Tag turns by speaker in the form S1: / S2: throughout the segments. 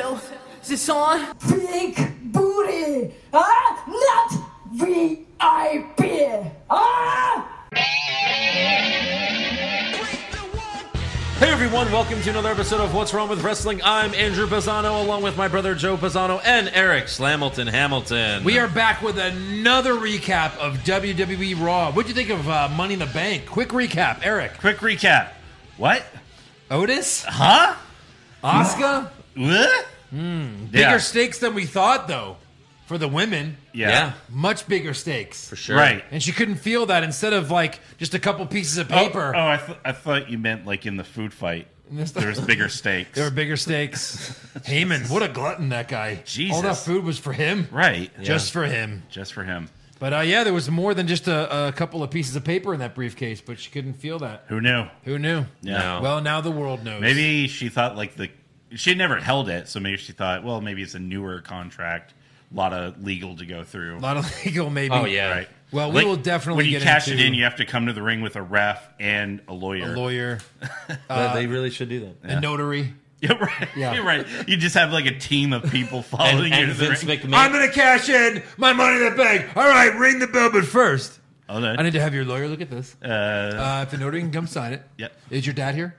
S1: Oh, Is this on?
S2: Big booty! Ah! Not VIP! Ah!
S3: Hey everyone, welcome to another episode of What's Wrong with Wrestling. I'm Andrew Pisano, along with my brother Joe Pisano and Eric Slamilton Hamilton.
S4: We are back with another recap of WWE Raw. What'd you think of uh, Money in the Bank? Quick recap, Eric.
S3: quick recap. What?
S4: Otis,
S3: Huh?
S4: Oscar.
S3: What?
S4: Bigger
S3: yeah.
S4: stakes than we thought, though, for the women.
S3: yeah.
S1: Yeah.
S4: Much bigger stakes.
S1: For sure.
S5: Right.
S4: And she couldn't feel that. Instead of like just a couple pieces of paper,
S5: Oh, oh, I, th- I thought you meant like in the food fight.
S4: There's-
S5: There's bigger stakes.
S4: there were bigger stakes. Heyman, what a glutton that guy! all that
S5: Jesus.
S4: food was for him,
S5: right.
S4: just for him.
S5: Just for him.
S4: But uh, yeah, there was more than just a, a couple of pieces of paper in that briefcase. But she couldn't feel that.
S5: Who knew?
S4: Who knew?
S5: Yeah.
S3: No.
S4: Well, now the world knows.
S5: Maybe she thought like the she never held it, so maybe she thought, well, maybe it's a newer contract, a lot of legal to go through.
S4: a lot of legal. Maybe.
S3: Oh yeah.
S5: Right.
S4: Well, we will definitely
S5: when you
S4: get
S5: cash
S4: into-
S5: it in, you have to come to the ring with a ref and a lawyer.
S4: a lawyer,
S3: But they really should do that.
S4: a notary.
S5: Yeah, right.
S4: Yeah.
S5: You're right. You just have like a team of people
S3: And,
S5: following you
S3: and
S5: to the
S3: Vince
S5: ring.
S3: McMahon.
S4: I'm gonna cash in my money in the bank. All right, ring the bell, but first,
S5: Hold on.
S4: I need to have your lawyer look at this. Uh, if the notary can come sign it.
S5: Yep.
S4: Is your dad here?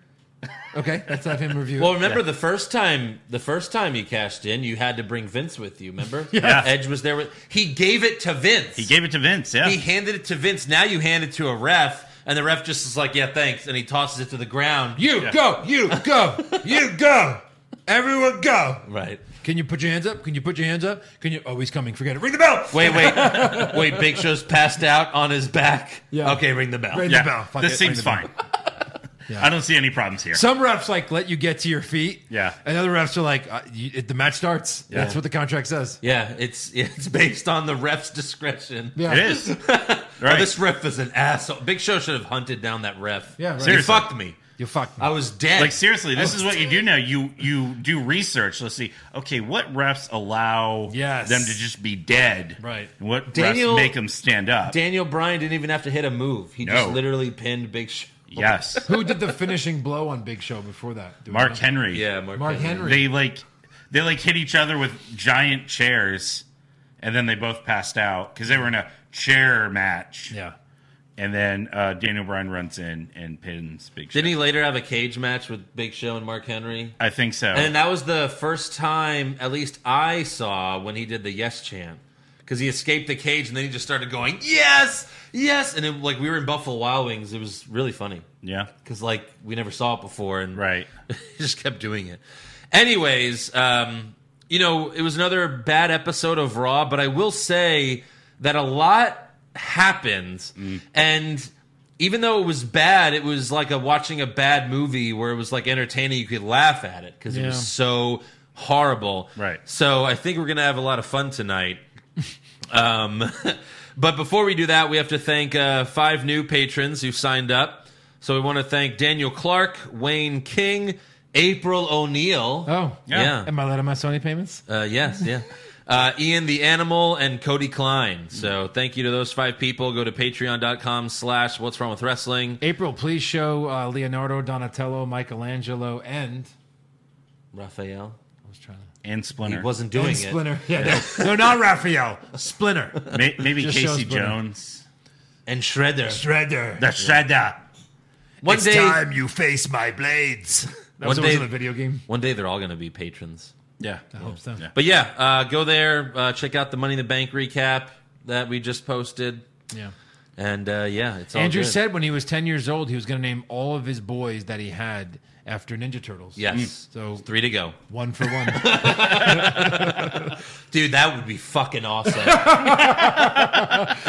S4: Okay, let's have him review.
S3: well,
S4: it.
S3: remember the first time the first time you cashed in, you had to bring Vince with you. Remember?
S5: Yeah.
S3: Edge was there with. He gave it to Vince.
S5: he gave it to Vince. Yeah.
S3: He handed it to Vince. Now you hand it to a ref, and the ref just is like, "Yeah, thanks," and he tosses it to the ground.
S4: you go, you go, you go. Everyone go.
S3: Right.
S4: Can you put your hands up? Can you put your hands up? Can you? Oh, he's coming. Forget it. Ring the bell.
S3: Wait, wait, wait! Big Show's passed out on his back.
S4: Yeah.
S3: Okay, ring the bell.
S4: Ring
S5: yeah.
S4: the bell. Fuck
S5: this
S4: it, ring the
S5: seems
S4: bell.
S5: fine. I don't see any problems here.
S4: Some refs like let you get to your feet.
S5: Yeah.
S4: And other refs are like, uh, you, it, the match starts. That's what the contract says.
S3: Yeah, it's it's based on the ref's discretion.
S4: Yeah.
S5: it is.
S3: Oh,
S5: Right.
S3: this ref is an asshole. Big Show should have hunted down that ref.
S4: Yeah, right.
S3: he
S5: Seriously.
S3: fucked me.
S4: You fucked me.
S3: I was dead.
S5: Like seriously,
S4: Oh,
S5: this is what you do now. You you do research. Let's see. Okay, what refs allow
S4: Yes.
S5: them to just be dead?
S4: Right.
S5: And What
S3: Daniel-
S5: refs make them stand up?
S3: Daniel Bryan didn't even have to hit a move. He just
S5: No.
S3: literally pinned Big Show.
S5: yes.
S4: Who did the finishing blow on Big Show before that? Do we
S5: Mark
S4: know?
S5: Henry.
S3: Yeah, Mark,
S4: Mark
S3: Henry.
S4: Henry.
S5: They like they like hit each other with giant chairs, and then they both passed out because they were in a chair match.
S4: yeah.
S5: And then uh, Daniel Bryan runs in and pins Big Show.
S3: Didn't he later have a cage match with Big Show and Mark Henry?
S5: I think so.
S3: And that was the first time, at least I saw, when he did the yes chant. Because he escaped the cage and then he just started going, yes, yes. And it, like we were in Buffalo Wild Wings. It was really funny.
S5: yeah.
S3: Because like we never saw it before. And
S5: Right.
S3: He just kept doing it. Anyways, um, you know, it was another bad episode of Raw, but I will say that a lot happened.
S4: Mm.
S3: And even though it was bad, it was like a watching a bad movie where it was like entertaining. You could laugh at it because it
S4: Yeah.
S3: was so horrible.
S5: Right.
S3: So I think we're going to have a lot of fun tonight. Um, but before we do that, we have to thank uh, five new patrons who signed up. So we want to thank Daniel Clark, Wayne King, April O'Neil.
S4: Oh.
S3: yeah.
S4: Am I letting my Sony payments?
S3: Uh, yes, yeah. Uh, Ian the Animal and Cody Klein. So thank you to those five people. Go to patreon.com slash what's wrong with wrestling.
S4: April, please show uh, Leonardo, Donatello, Michelangelo, and
S3: Raphael.
S4: I was trying to
S5: And Splinter.
S3: He wasn't doing
S4: and
S3: it.
S4: Splinter. Yeah, no, no, not Raphael. Splinter,
S5: May- maybe
S4: Just shows
S5: Casey
S4: Splinter.
S5: Jones.
S3: And Shredder.
S4: Shredder.
S5: The Shredder.
S3: One day,
S4: you face my blades. That was
S3: One
S4: always
S3: day-
S4: in a video game.
S3: one day they're all going to be patrons.
S5: Yeah.
S4: I hope so.
S5: Yeah.
S3: But yeah, uh, go there, uh, check out the Money in the Bank recap that we just posted,
S4: Yeah.
S3: and uh, yeah, it's all
S4: Andrew
S3: good.
S4: said when he was 10 years old, he was going to name all of his boys that he had after Ninja Turtles. Mm.
S3: yes.
S4: So-
S3: three to go,
S4: One for one.
S3: dude. That would be fucking awesome.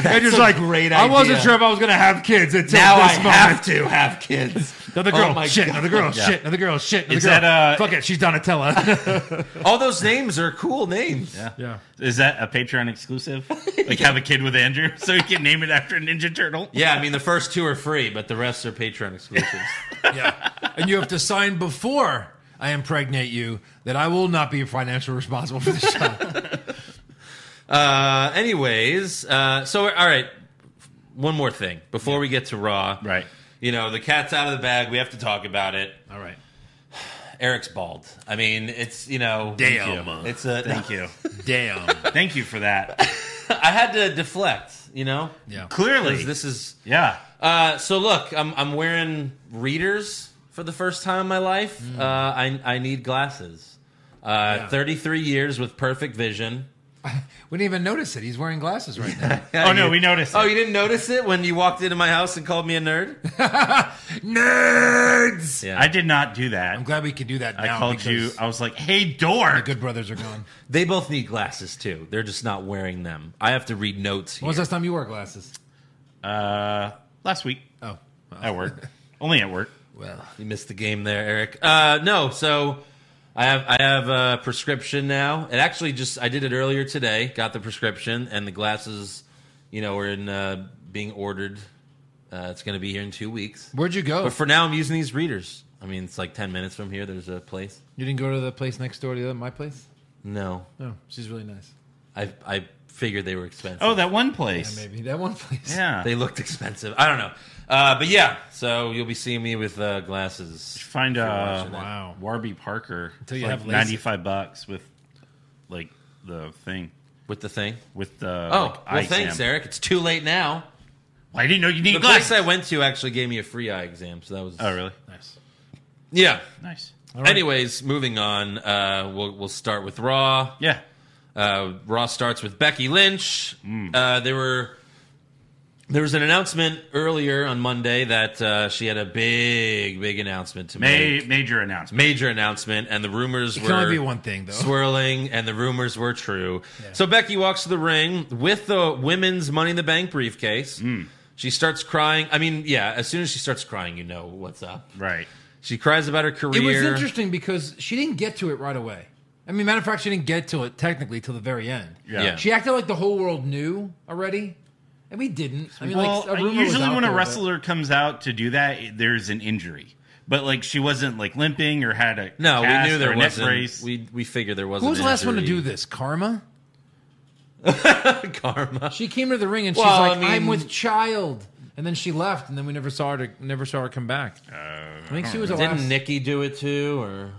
S4: Andrew's
S3: a great
S4: I wasn't
S3: idea.
S4: sure if I was going to have kids until
S3: now I
S4: this moment.
S3: have to have kids.
S4: Another girl,
S3: Oh my
S4: shit,
S3: God.
S4: another girl,
S5: Yeah.
S4: shit, another girl, shit, another
S5: Is
S4: girl.
S5: that, uh,
S4: Fuck it, she's Donatella.
S3: All those names are cool names.
S4: yeah.
S5: Is that a Patreon exclusive? Like have a kid with Andrew so he can name it after a Ninja Turtle?
S3: Yeah, I mean the first two are free, but the rest are Patreon exclusives.
S4: Yeah. And you have to sign before I impregnate you that I will not be financially responsible for the show.
S3: uh, anyways, uh, so all right, one more thing before we get to Raw.
S5: Right.
S3: You know the cat's out of the bag. We have to talk about it.
S4: All right.
S3: Eric's bald. I mean, it's you know,
S4: Damn.
S3: Thank you. it's a.
S5: Thank you.
S4: Damn.
S5: Thank you for that.
S3: I had to deflect, you know.
S4: Yeah.
S5: Clearly.
S3: 'Cause This is
S5: yeah.
S3: Uh, so look, I'm I'm wearing readers for the first time in my life.
S5: Mm.
S3: Uh, I I need glasses. Uh, 33 years with perfect vision.
S4: We didn't even notice it. He's wearing glasses right now.
S5: Oh, no, we noticed.
S3: Oh,
S5: it.
S3: you didn't notice it when you walked into my house and called me a nerd?
S4: Nerds.
S3: Yeah.
S5: I did not do
S4: I'm
S5: that.
S4: glad we could do that.
S5: I
S4: now
S5: called you.
S4: because
S5: I was like, hey,
S4: The
S5: dork.
S4: good brothers are gone.
S3: they both need glasses too. They're just not wearing them. I have to read notes
S4: When
S3: here.
S4: was the last time you wore glasses?
S5: Uh, last week
S4: Oh, well,
S5: at work. Only at work.
S4: well.
S3: You missed the game there, Eric. Uh, no, so I have I have a prescription now. It actually just I did it earlier today. Got the prescription and the glasses. You know, are in uh, being ordered. Uh, it's going to be here in two weeks.
S4: Where'd you go?
S3: But for now, I'm using these readers. I mean, it's like ten minutes from here. There's a place.
S4: you didn't go to the place next door to the, my place?
S3: No,
S4: No, she's really nice.
S3: I I figured they were expensive.
S5: Oh, that one
S4: Yeah,
S5: place. Yeah.
S4: maybe that one place.
S3: they looked expensive. I don't know. Uh, but yeah, so you'll be seeing me with uh, glasses.
S5: Find uh,
S3: watching
S4: Wow.
S5: Warby Parker.
S4: Until you
S5: It's
S4: have LASIK.
S5: like 95 bucks with like the thing.
S3: With the thing.
S5: With the.
S3: Oh,
S5: like,
S3: well,
S5: eye
S3: thanks,
S5: exam.
S3: Eric. It's too late now.
S5: I didn't know you
S3: The
S5: needed
S3: place
S5: glasses.
S3: I went to actually gave me a free eye exam, so that was.
S5: Oh, really?
S4: Nice.
S3: Yeah.
S5: Nice.
S4: right.
S3: Anyways, moving on. Uh, we'll we'll start with Raw.
S5: Yeah.
S3: Uh, Raw starts with Becky Lynch.
S5: Mm.
S3: Uh, there were there was an announcement earlier on Monday that uh, she had a big big announcement to
S5: Ma-
S3: make.
S5: major announcement.
S3: Major announcement, and the rumors
S4: It
S3: were
S4: can only be one thing though.
S3: swirling, and the rumors were true. So Becky walks to the ring with the women's Money in the Bank briefcase.
S5: Hmm.
S3: She starts crying. I mean, yeah, as soon as she starts crying, you know what's up.
S5: Right.
S3: She cries about her career.
S4: It was interesting because she didn't get to it right away. I mean, matter of fact, she didn't get to it technically till the very end.
S5: Yeah.
S3: Yeah.
S4: She acted like the whole world knew already, and we didn't. I mean,
S5: well,
S4: like a rumor was
S5: usually
S4: out
S5: when
S4: there,
S5: a
S4: but-
S5: wrestler comes out to do that, it- there's an injury. But like she wasn't like limping or had a
S3: No, we
S5: cast
S3: knew
S5: or
S3: there
S5: a neck
S3: wasn't.
S5: brace.
S3: We we figured there wasn't.
S4: who was the last one to do
S3: injury.
S4: this? Karma.
S3: Karma.
S4: She came to the ring and she's
S3: Well,
S4: like,
S3: I mean-
S4: "I'm with child," and then she left, and then we never saw her. To, never saw her come back. I think she was the last.
S3: Didn't Nikki do it too? Or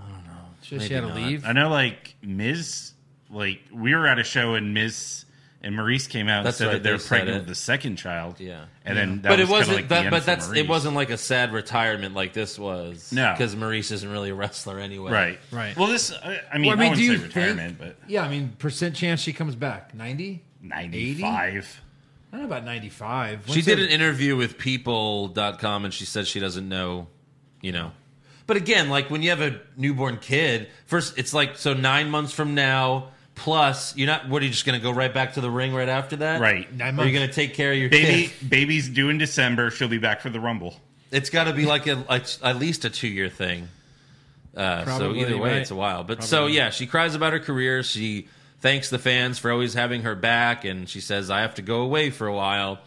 S4: she, she had to
S3: maybe not.
S4: leave.
S5: I know like Miz, like we were at a show and Miz and Maurice came out and
S3: That's
S5: said
S3: right,
S5: that they're
S3: they said
S5: pregnant
S3: it.
S5: with the second child.
S3: Yeah.
S5: and then that
S3: but
S5: was
S3: it wasn't.
S5: Like the
S3: that,
S5: end
S3: but
S5: for
S3: that's
S5: Maurice.
S3: it. Wasn't like a sad retirement like this was.
S5: No.
S3: because Maurice isn't really a wrestler anyway.
S5: right.
S4: Right.
S5: Well, this I I mean,
S4: Well,
S5: I,
S4: I mean, do
S5: wouldn't
S4: you
S5: say retirement,
S4: think?
S5: but
S4: Yeah, I mean, percent chance she comes back ninety.
S5: ninety-five.
S4: I don't know about ninety-five.
S3: She did an interview with People.com and she said she doesn't know. You know. But again, like when you have a newborn kid, first it's like so nine months from now. Plus, you're not. What are you just going to go right back to the ring right after that?
S5: Right.
S4: Nine
S3: Are you
S4: months.
S3: going to take care of your kid?
S5: Baby, baby's due in December. She'll be back for the Rumble.
S3: It's got to be like a, a, at least a two year thing. Uh, so
S4: Probably,
S3: either way,
S4: right.
S3: it's a while. But so yeah, she cries about her career. She thanks the fans for always having her back, and she says, "I have to go away for a while."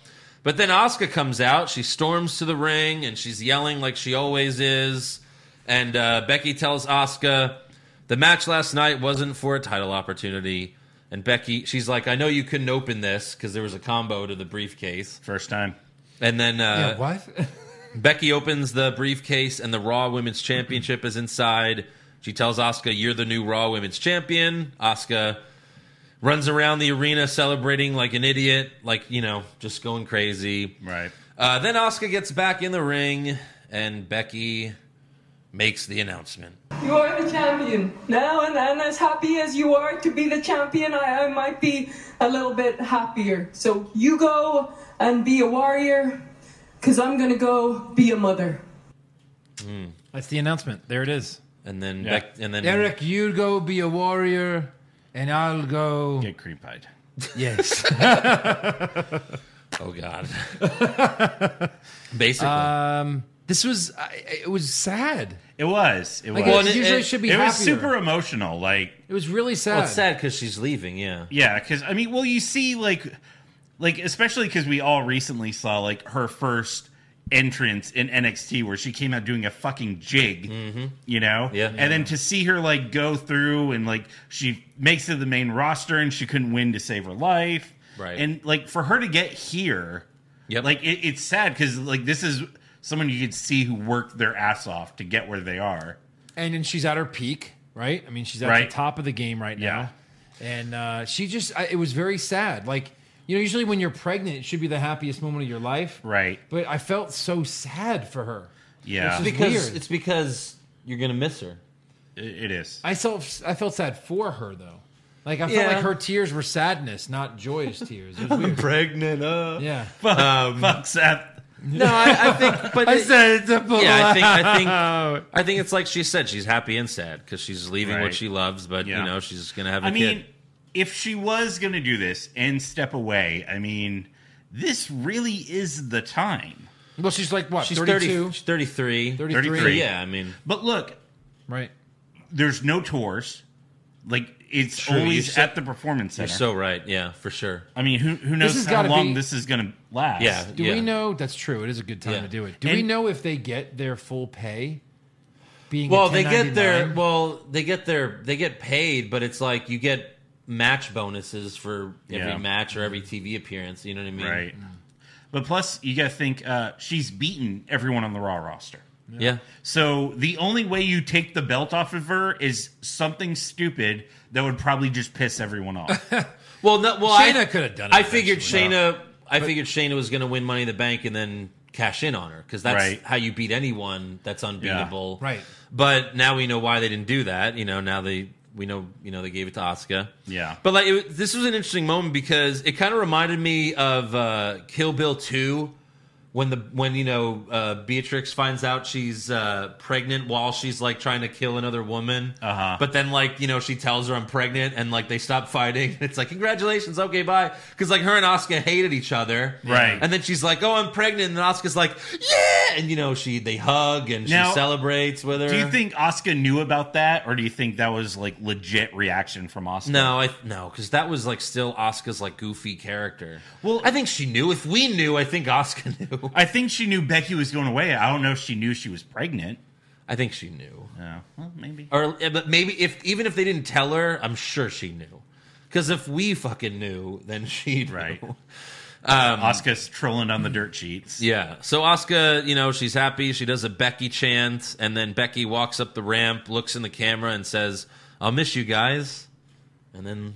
S3: But then Oscar comes out. She storms to the ring and she's yelling like she always is. And uh, Becky tells Oscar, "The match last night wasn't for a title opportunity." And Becky, she's like, "I know you couldn't open this because there was a combo to the briefcase."
S5: First time.
S3: And then uh,
S4: Yeah, what?
S3: Becky opens the briefcase and the Raw Women's Championship is inside. She tells Asuka, "You're the new Raw Women's Champion." Asuka runs around the arena celebrating like an idiot, like, you know, just going crazy.
S5: Right.
S3: Uh, then Asuka gets back in the ring and Becky makes the announcement.
S2: You are the champion now, and, and as happy as you are to be the champion, I, I might be a little bit happier. So you go and be a warrior, because I'm going to go be a mother.
S4: That's the announcement. There it is.
S3: And then
S5: Yeah.
S3: Beck and then
S4: Eric, you go be a warrior, and I'll go.
S5: Get cream pied.
S4: Yes.
S3: Oh god. Basically.
S4: um, this was. I- I, it was sad.
S5: It was. It was.
S4: Like,
S3: Well,
S4: it,
S3: and it-
S4: usually
S3: it-
S4: should be.
S5: it was
S4: happier.
S5: super emotional. Like,
S4: It was really sad.
S3: well, it's sad cuz she's leaving, yeah.
S5: yeah, because I mean, well, you see, like, like especially because we all recently saw like her first entrance in NXT where she came out doing a fucking jig, you know,
S3: Yeah.
S5: and then to see her like go through and like she makes it to the main roster and she couldn't win to save her life,
S3: Right.
S5: And like for her to get here,
S3: Yep.
S5: like it, it's sad because like this is someone you could see who worked their ass off to get where they are.
S4: and then she's at her peak, right? I mean, she's at
S5: Right.
S4: the top of the game right
S5: Yeah.
S4: now, and uh, she just I, it was very sad. Like you know, usually when you're pregnant, it should be the happiest moment of your life,
S5: Right.
S4: But I felt so sad for her.
S5: Yeah.
S4: Which is-
S3: because
S4: weird.
S3: it's because you're gonna miss her.
S5: It it is.
S4: I felt I felt sad for her though. Like I felt
S3: Yeah.
S4: like her tears were sadness, not joyous tears. It was weird.
S3: Pregnant, uh.
S4: yeah.
S5: Fuck Seth.
S3: No, I, I think, but it-
S4: said it's a
S3: yeah, I think, I think, I think it's like she said, she's happy and sad because she's leaving what
S5: Right.
S3: she loves, but
S5: Yeah.
S3: you know she's gonna have a
S5: I mean,
S3: kid.
S5: if she was going to do this and step away, I mean, this really is the time.
S4: Well, she's like what?
S3: She's
S4: 32,
S3: 30, she's 33.
S4: 33.
S5: 33.
S3: Yeah, I mean,
S5: But look,
S4: Right.
S5: there's no tours. Like it's
S3: True,
S5: always
S3: you're so-
S5: at the performance
S3: you're
S5: center.
S3: so right. Yeah, for sure.
S5: I mean, who who knows
S4: has
S5: how
S4: gotta
S5: long
S4: be-
S5: this is going to last?
S3: Yeah.
S4: Do we know that's true? It is a good time
S3: Yeah.
S4: to do it. Do we
S5: And-
S4: know if they get their full pay? Being a
S3: Well, they get their
S4: 1099?
S3: well, they get their they get paid, but it's like you get match bonuses for every
S5: Yeah.
S3: match or every TV appearance. You know what I mean?
S5: Right. But plus, you got to think uh, she's beaten everyone on the Raw roster.
S3: Yeah.
S5: So the only way you take the belt off of her is something stupid that would probably just piss everyone off.
S3: Well, no, well, I
S4: Shayna could've done it
S3: I figured
S4: eventually.
S3: Shayna. I figured Shayna was going to win Money in the Bank and then cash in on her because that's
S5: Right.
S3: how you beat anyone that's unbeatable.
S4: Right.
S3: But now we know why they didn't do that. You know, now they we know you know they gave it to Asuka.
S5: Yeah.
S3: But like it, this was an interesting moment because it kind of reminded me of uh, Kill Bill Two. When the when you know uh, Beatrix finds out she's uh, pregnant while she's like trying to kill another woman,
S5: Uh-huh.
S3: but then like you know she tells her I'm pregnant and like they stop fighting. It's like congratulations, okay, bye. Because like her and Oscar hated each other,
S5: Right.
S3: And then she's like, oh, I'm pregnant, and Oscar's like, yeah, and you know she they hug and
S5: Now,
S3: she celebrates with her.
S5: do you think Oscar knew about that, or do you think that was like legit reaction from Oscar?
S3: No, I no, because that was like still Oscar's like goofy character.
S5: Well-
S3: I think she knew. If we knew, I think Oscar knew.
S5: I think she knew Becky was going away. I don't know if she knew she was pregnant.
S3: I think she knew,
S5: No, well, maybe.
S3: or eh, but maybe if even if they didn't tell her, I'm sure she knew. Because if we fucking knew, then she knew.
S5: Right. Oscar's trolling on the dirt sheets.
S3: Um, Yeah. So Oscar, you know, she's happy. She does a Becky chant, and then Becky walks up the ramp, looks in the camera, and says, "I'll miss you guys." And then,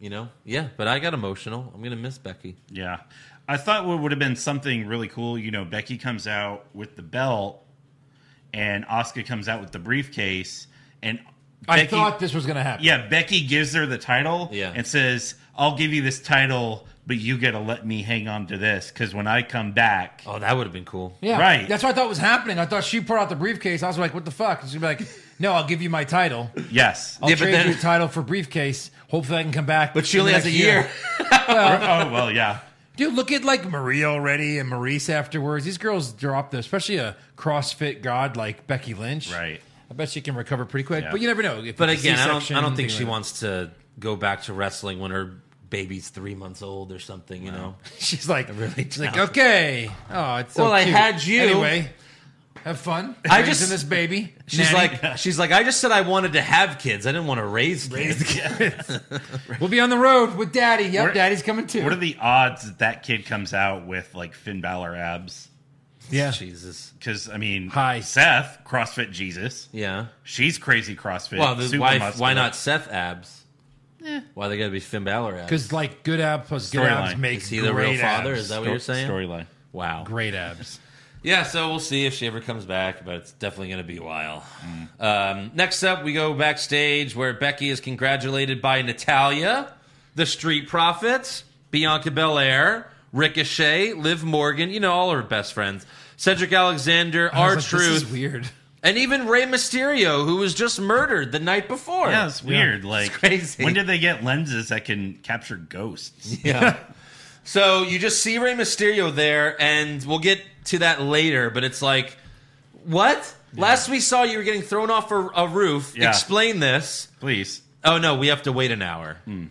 S3: you know, yeah. But I got emotional. I'm gonna miss Becky.
S5: Yeah. I thought what would have been something really cool, you know, Becky comes out with the belt and Oscar comes out with the briefcase and
S4: I
S5: Becky,
S4: thought this was going to happen.
S5: Yeah, Becky gives her the title
S3: Yeah.
S5: and says, "I'll give you this title, but you got to let me hang on to this cuz when I come back,
S3: Oh, that would have been cool.
S4: Yeah.
S5: Right.
S4: That's what I thought was happening. I thought she put out the briefcase. I was like, what the fuck? And she'd be like, no, I'll give you my title.
S5: yes."
S4: I'll
S3: Yeah, but
S4: trade
S3: then-
S4: you your title for briefcase. Hopefully I can come back.
S3: But she
S4: in
S3: only
S4: the
S3: has a
S4: next
S3: year.
S5: oh, well, yeah.
S4: Dude, look at like Marie already and Maurice afterwards. These girls drop this, especially a CrossFit god like Becky Lynch.
S5: Right.
S4: I bet she can recover pretty quick,
S5: Yeah.
S4: but you never know. If
S3: But
S4: it's a
S3: again, I don't.
S4: C-section,
S3: I don't think
S4: things
S3: she
S4: like
S3: wants to go back to wrestling when her baby's three months old or something. You know.
S4: that. She's like,
S3: really
S4: she's like,
S3: don't.
S4: okay. Oh, it's so
S3: Well, I
S4: cute.
S3: had you.
S4: anyway. Have fun.
S3: I
S4: raising
S3: just-
S4: this baby.
S3: She's
S4: Nanny.
S3: like. She's like. I just said I wanted to have kids. I didn't want to raise kids.
S4: we'll be on the road with Daddy. Yep,
S5: Where-
S4: Daddy's coming too.
S5: What are the odds that that kid comes out with like Finn Balor abs?
S4: yeah,
S3: Jesus.
S5: Cuz I mean,
S4: Hi.
S5: Seth, CrossFit Jesus.
S3: Yeah.
S5: She's crazy CrossFit.
S3: Well, the,
S5: super
S3: why?
S5: muscular.
S3: Why not Seth abs?
S4: Eh.
S3: Why they got to be Finn Balor abs?
S4: because like good abs plus good
S5: Storyline.
S4: abs make
S3: is he the
S4: great
S3: real father?
S4: abs.
S3: Is that what you're saying?
S5: Storyline.
S3: Wow.
S4: great abs?
S3: Yeah, so we'll see if she ever comes back, but it's definitely going to be a while. Um, next up, we go backstage where Becky is congratulated by Natalia, the Street Profits, Bianca Belair, Ricochet, Liv Morgan, you know, all her best friends, Cedric Alexander,
S4: I was
S3: R
S4: like, This is
S3: Truth,
S4: weird.
S3: and even Rey Mysterio, who was just murdered the night before.
S5: Yeah, it's weird. Like,
S3: crazy.
S5: when did they get lenses that can capture ghosts?
S3: Yeah. so you just see Rey Mysterio there, and we'll get to that later, but it's like, what? Last we saw you were getting thrown off a, a roof.
S5: Yeah.
S3: Explain this.
S5: Please.
S3: Oh, no, we have to wait an hour. So
S4: Hmm. And,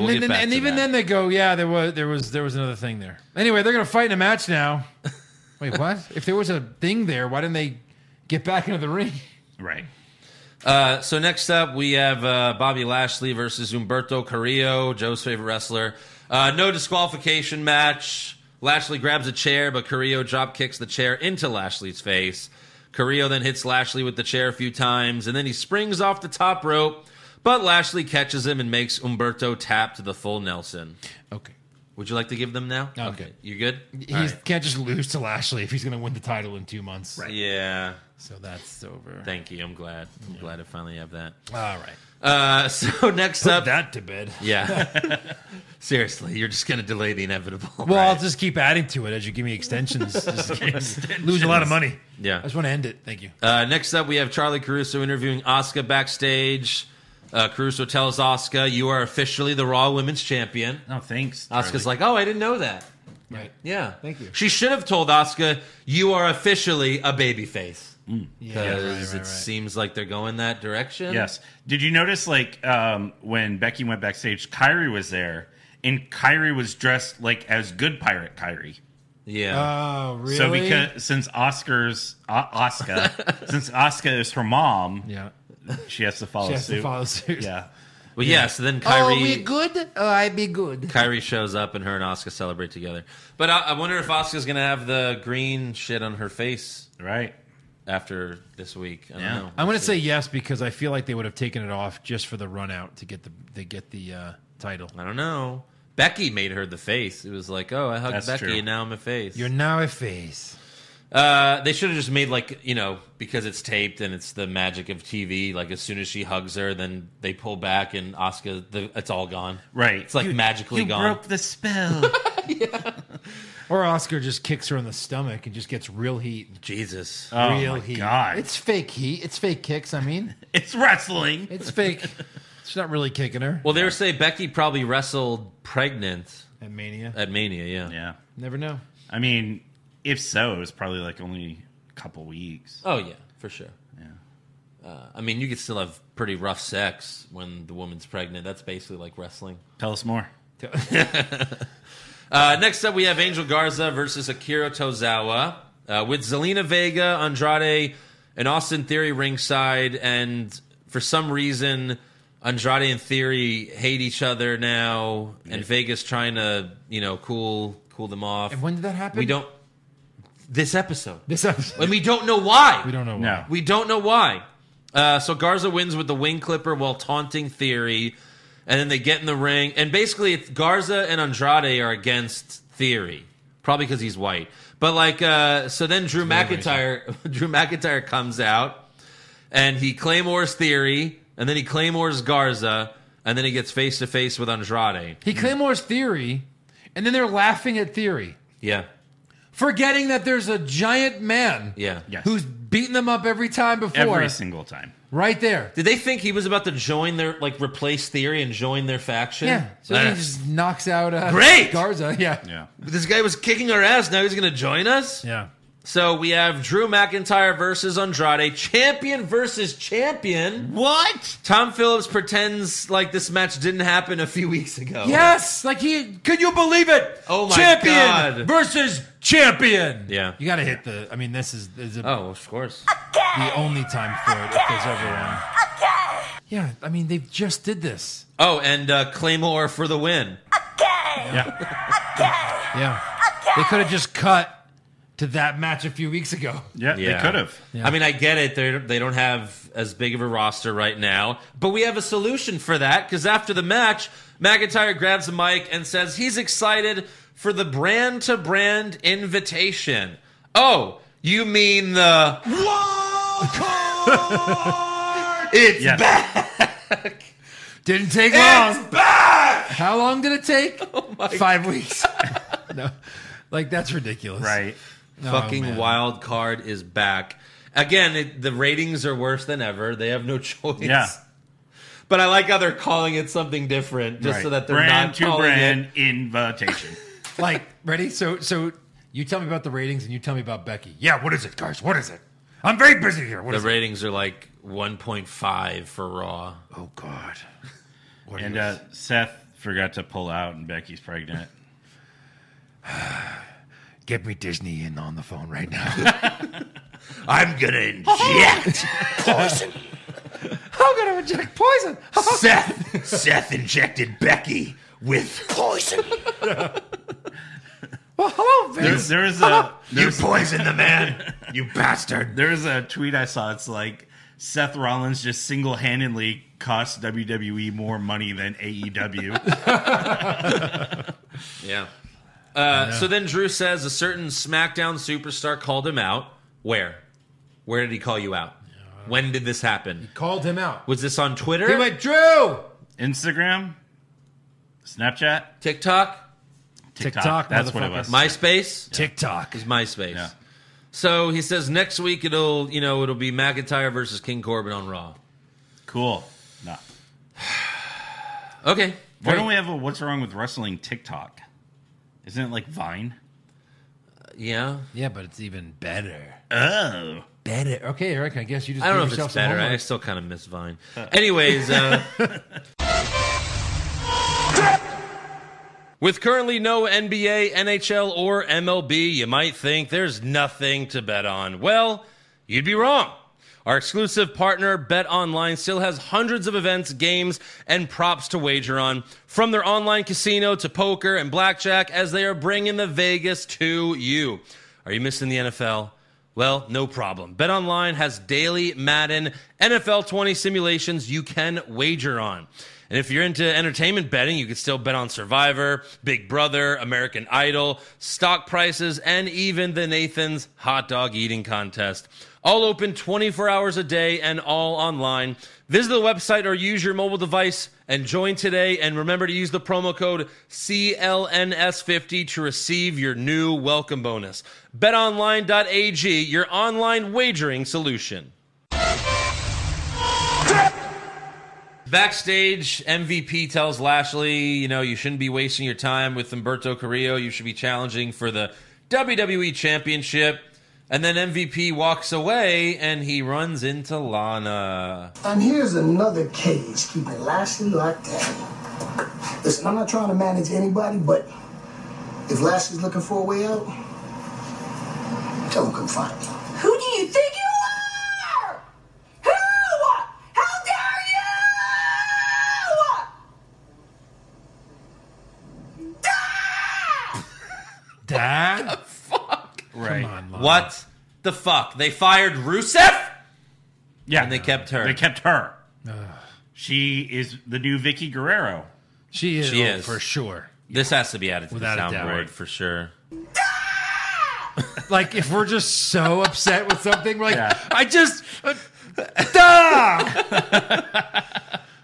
S3: we'll
S4: then,
S3: get back
S4: and
S3: to
S4: even
S3: that.
S4: then they go, yeah, there was there was there was another thing there. Anyway, they're gonna fight in a match now. Wait, what? if there was a thing there, why didn't they get back into the ring?
S5: Right.
S3: Uh, so next up, we have uh, Bobby Lashley versus Humberto Carrillo, Joe's favorite wrestler. Uh, no disqualification match. Lashley grabs a chair, but Carrillo drop kicks the chair into Lashley's face. Carrillo then hits Lashley with the chair a few times, and then he springs off the top rope, but Lashley catches him and makes Umberto tap to the full Nelson.
S4: Okay.
S3: Would you like to give them now?
S4: No, I'm good.
S3: You good?
S4: He
S3: All right.
S4: can't just lose to Lashley if he's going to win the title in two months. Right.
S3: Yeah.
S4: So that's over.
S3: Thank you. I'm glad. I'm glad I finally have that.
S4: All right.
S3: Uh, so next
S4: Put
S3: up,
S4: that to bed.
S3: yeah. Seriously, you're just gonna delay the inevitable.
S4: Well, I'll
S3: right?
S4: just keep adding to it as you give me extensions. Just Lose a lot of money.
S3: Yeah.
S4: I just want to end it. Thank you.
S3: Uh, next up, we have Charlie Caruso interviewing Asuka backstage. Uh, Caruso tells Asuka, "You are officially the Raw Women's Champion."
S5: Oh, thanks.
S3: Asuka's like, "Oh, I didn't know that."
S4: Right.
S3: Yeah,
S4: Thank you.
S3: She should have told Asuka, "You are officially a babyface,"
S4: Mm. Yeah.
S3: because
S4: right, right,
S3: it
S4: right.
S3: seems like they're going that direction.
S5: Yes. Did you notice like um, when Becky went backstage, Kyrie was there, and Kyrie was dressed like as good pirate Kyrie.
S3: yeah,
S4: Oh, really?
S5: So because since Oscar's uh, Oscar, since Oscar is her mom,
S4: yeah,
S5: she has to follow
S4: she has
S5: suit.
S4: to follow suit.
S5: Yeah.
S3: well, yeah. So then Kyrie,
S4: good? Oh, I be good.
S3: Kyrie shows up, and her and Asuka celebrate together. But I, I wonder if Asuka's gonna have the green shit on her face
S5: Right.
S3: after this week. I don't
S5: Yeah.
S3: know.
S4: I'm gonna say yes because I feel like they would have taken it off just for the run out to get the they get the uh, title.
S3: I don't know. Becky made her the face. It was like, oh, I hugged
S5: That's
S3: Becky
S5: true.
S3: and now I'm a face.
S4: You're now a face.
S3: uh, they should have just made like you know because it's taped and it's the magic of TV. Like as soon as she hugs her, then they pull back and Oscar, the, it's all gone.
S5: Right.
S3: It's like magically
S5: you
S3: gone.
S5: broke the spell.
S4: Or Oscar just kicks her in the stomach and just gets real heat.
S3: Jesus.
S5: oh
S4: real
S5: my
S4: heat.
S5: god. It's
S4: It's fake heat. It's fake kicks. I mean,
S5: it's wrestling.
S4: it's fake. She's not really kicking her
S3: well, they were saying Becky probably wrestled pregnant
S4: at Mania.
S3: at Mania. Yeah.
S5: yeah.
S4: Never know.
S5: I mean, if so, it was probably like only a couple weeks.
S3: Oh yeah, for sure.
S5: Yeah.
S3: Uh, I mean, you could still have pretty rough sex when the woman's pregnant. That's basically like wrestling.
S5: Tell us more.
S3: Uh, next up, we have Angel Garza versus Akira Tozawa uh, with Zelina Vega, Andrade, and Austin Theory ringside. And for some reason, Andrade and Theory hate each other now, and Vega's trying to, you know, cool cool them off.
S4: And when did that happen?
S3: we don't this episode,
S4: This episode.
S3: and we don't know why.
S4: We don't know.
S5: No.
S4: Why.
S3: Oh, We don't know why. Uh, so Garza wins with the wing clipper while taunting Theory, and then they get in the ring, and basically it's Garza and Andrade are against Theory, probably because he's white. But like, uh, so then Drew McIntyre, Drew McIntyre comes out, and he claymores Theory, and then he claymores Garza, and then he gets face to face with Andrade.
S5: Mm.
S4: He claymores theory, and then they're laughing at theory,
S3: Yeah,
S4: forgetting that there's a giant man.
S3: yeah,
S5: Yes.
S4: who's beaten them up every time before.
S5: Every single time.
S4: right there.
S3: Did they think he was about to join their like replace Theory and join their faction?
S4: Yeah. So then
S3: Ah.
S4: he just knocks out uh,
S3: Great!
S4: Garza. Yeah.
S5: Yeah.
S3: This guy was kicking our ass. Now he's going to join us.
S4: Yeah.
S3: So we have Drew McIntyre versus Andrade, champion versus champion.
S5: What?
S3: Tom Phillips pretends like this match didn't happen a few weeks ago.
S4: Yes, like he. Could you believe it?
S3: Oh my
S4: champion
S3: God.
S4: versus champion.
S3: Yeah.
S4: You got to hit the. I mean, this is, this is
S3: Oh, of course.
S4: the only time for it if there's ever one. Yeah, I mean they just did this.
S3: Oh, and uh, Claymore for the win. Oh.
S5: Yeah.
S4: Yeah, they could have just cut to that match a few weeks ago.
S5: Yeah.
S3: Yeah.
S5: They could have.
S4: Yeah.
S3: I mean, I get it. They they don't have as big of a roster right now, but we have a solution for that because after the match, McIntyre grabs the mic and says he's excited for the brand to brand invitation. Oh, you mean the wild card? it's
S5: Yes.
S3: back.
S4: Didn't take long.
S3: It's back. Oh
S4: How long did it take? Five weeks. no, like that's ridiculous.
S5: Right.
S4: Oh,
S3: Fucking
S4: man.
S3: wild card is back. Again, it, the ratings are worse than ever. They have no choice.
S5: Yeah.
S3: But I like how they're calling it something different, just
S5: Right.
S3: so that they're
S5: brand
S3: not
S5: to
S3: calling
S5: brand invitation.
S4: Like, ready? So, so you tell me about the ratings, and you tell me about Becky. Yeah, what is it, guys? What is it? I'm very busy here. What
S3: it. The
S4: is it?
S3: ratings are like 1.5 for Raw.
S4: Oh God. What
S5: and
S4: is-
S5: uh, Seth forgot to pull out, and Becky's pregnant.
S4: get me Disney in on the phone right now.
S3: I'm gonna inject
S4: I'm gonna inject poison.
S3: Seth. Seth injected Becky with poison.
S4: Well, hello,
S5: There,
S4: Vince.
S5: there was a
S1: You poisoned the man, you bastard.
S5: there was a tweet I saw. It's like Seth Rollins just single handedly cost WWE E more money than E AEW.
S3: Yeah. Uh, so then Drew says a certain SmackDown superstar called him out. Where? Where did he call you out? When did this happen?
S4: Called him out.
S3: Was this on Twitter?
S4: He went, Drew.
S5: Instagram, Snapchat,
S3: TikTok?
S5: TikTok.
S4: TikTok,
S5: That's what it
S4: motherfucker.
S5: was.
S3: MySpace?
S4: TikTok.
S3: Is MySpace.
S5: Yeah.
S3: So he says next week it'll you know it'll be McIntyre versus King Corbin on Raw.
S5: cool. No.
S3: Okay.
S5: Why don't we have a what's wrong with wrestling TikTok? Isn't it like Vine?
S3: Yeah.
S4: Yeah, but it's even better.
S5: Oh.
S4: Better. Okay, Eric. I guess you just.
S3: Uh, I don't know
S4: gave
S3: if
S4: yourself
S3: it's
S4: some
S3: better. I
S4: homework.
S3: still kind of miss Vine. Anyways, uh, with currently no NBA, NHL, or MLB, you might think there's nothing to bet on. Well, you'd be wrong. Our exclusive partner, Bet Online, still has hundreds of events, games, and props to wager on, from their online casino to poker and blackjack, as they are bringing the Vegas to you. Are you missing the NFL? Well, no problem. BetOnline has daily Madden NFL 20 simulations you can wager on. And if you're into entertainment betting, you can still bet on Survivor, Big Brother, American Idol, stock prices, and even the Nathan's hot dog eating contest. All open 24 hours a day and all online. Visit the website or use your mobile device and join today. And remember to use the promo code CLNS50 to receive your new welcome bonus. BetOnline.ag, your online wagering solution. Backstage, MVP tells Lashley, you know, you shouldn't be wasting your time with Humberto Carrillo. You should be challenging for the WWE Championship. And then MVP walks away and he runs into Lana.
S6: And here's another cage keeping Lashley locked down. Listen, I'm not trying to manage anybody, but if Lashley's looking for a way out, tell him come find me.
S7: Who do you think you are? Who? How dare you?
S4: Dad?
S5: Right.
S4: Come on, Lon.
S3: What the fuck? They fired Rusev?
S5: Yeah.
S3: And they kept her.
S5: They kept her. she is the new Vicky Guerrero.
S4: She is,
S3: She
S4: oh,
S3: is.
S4: for sure.
S3: This has to be added to
S4: Without a
S3: the
S4: doubt.
S3: soundboard for sure.
S4: Like if we're just so upset with something, we're like,
S5: Yeah.
S4: I just. uh,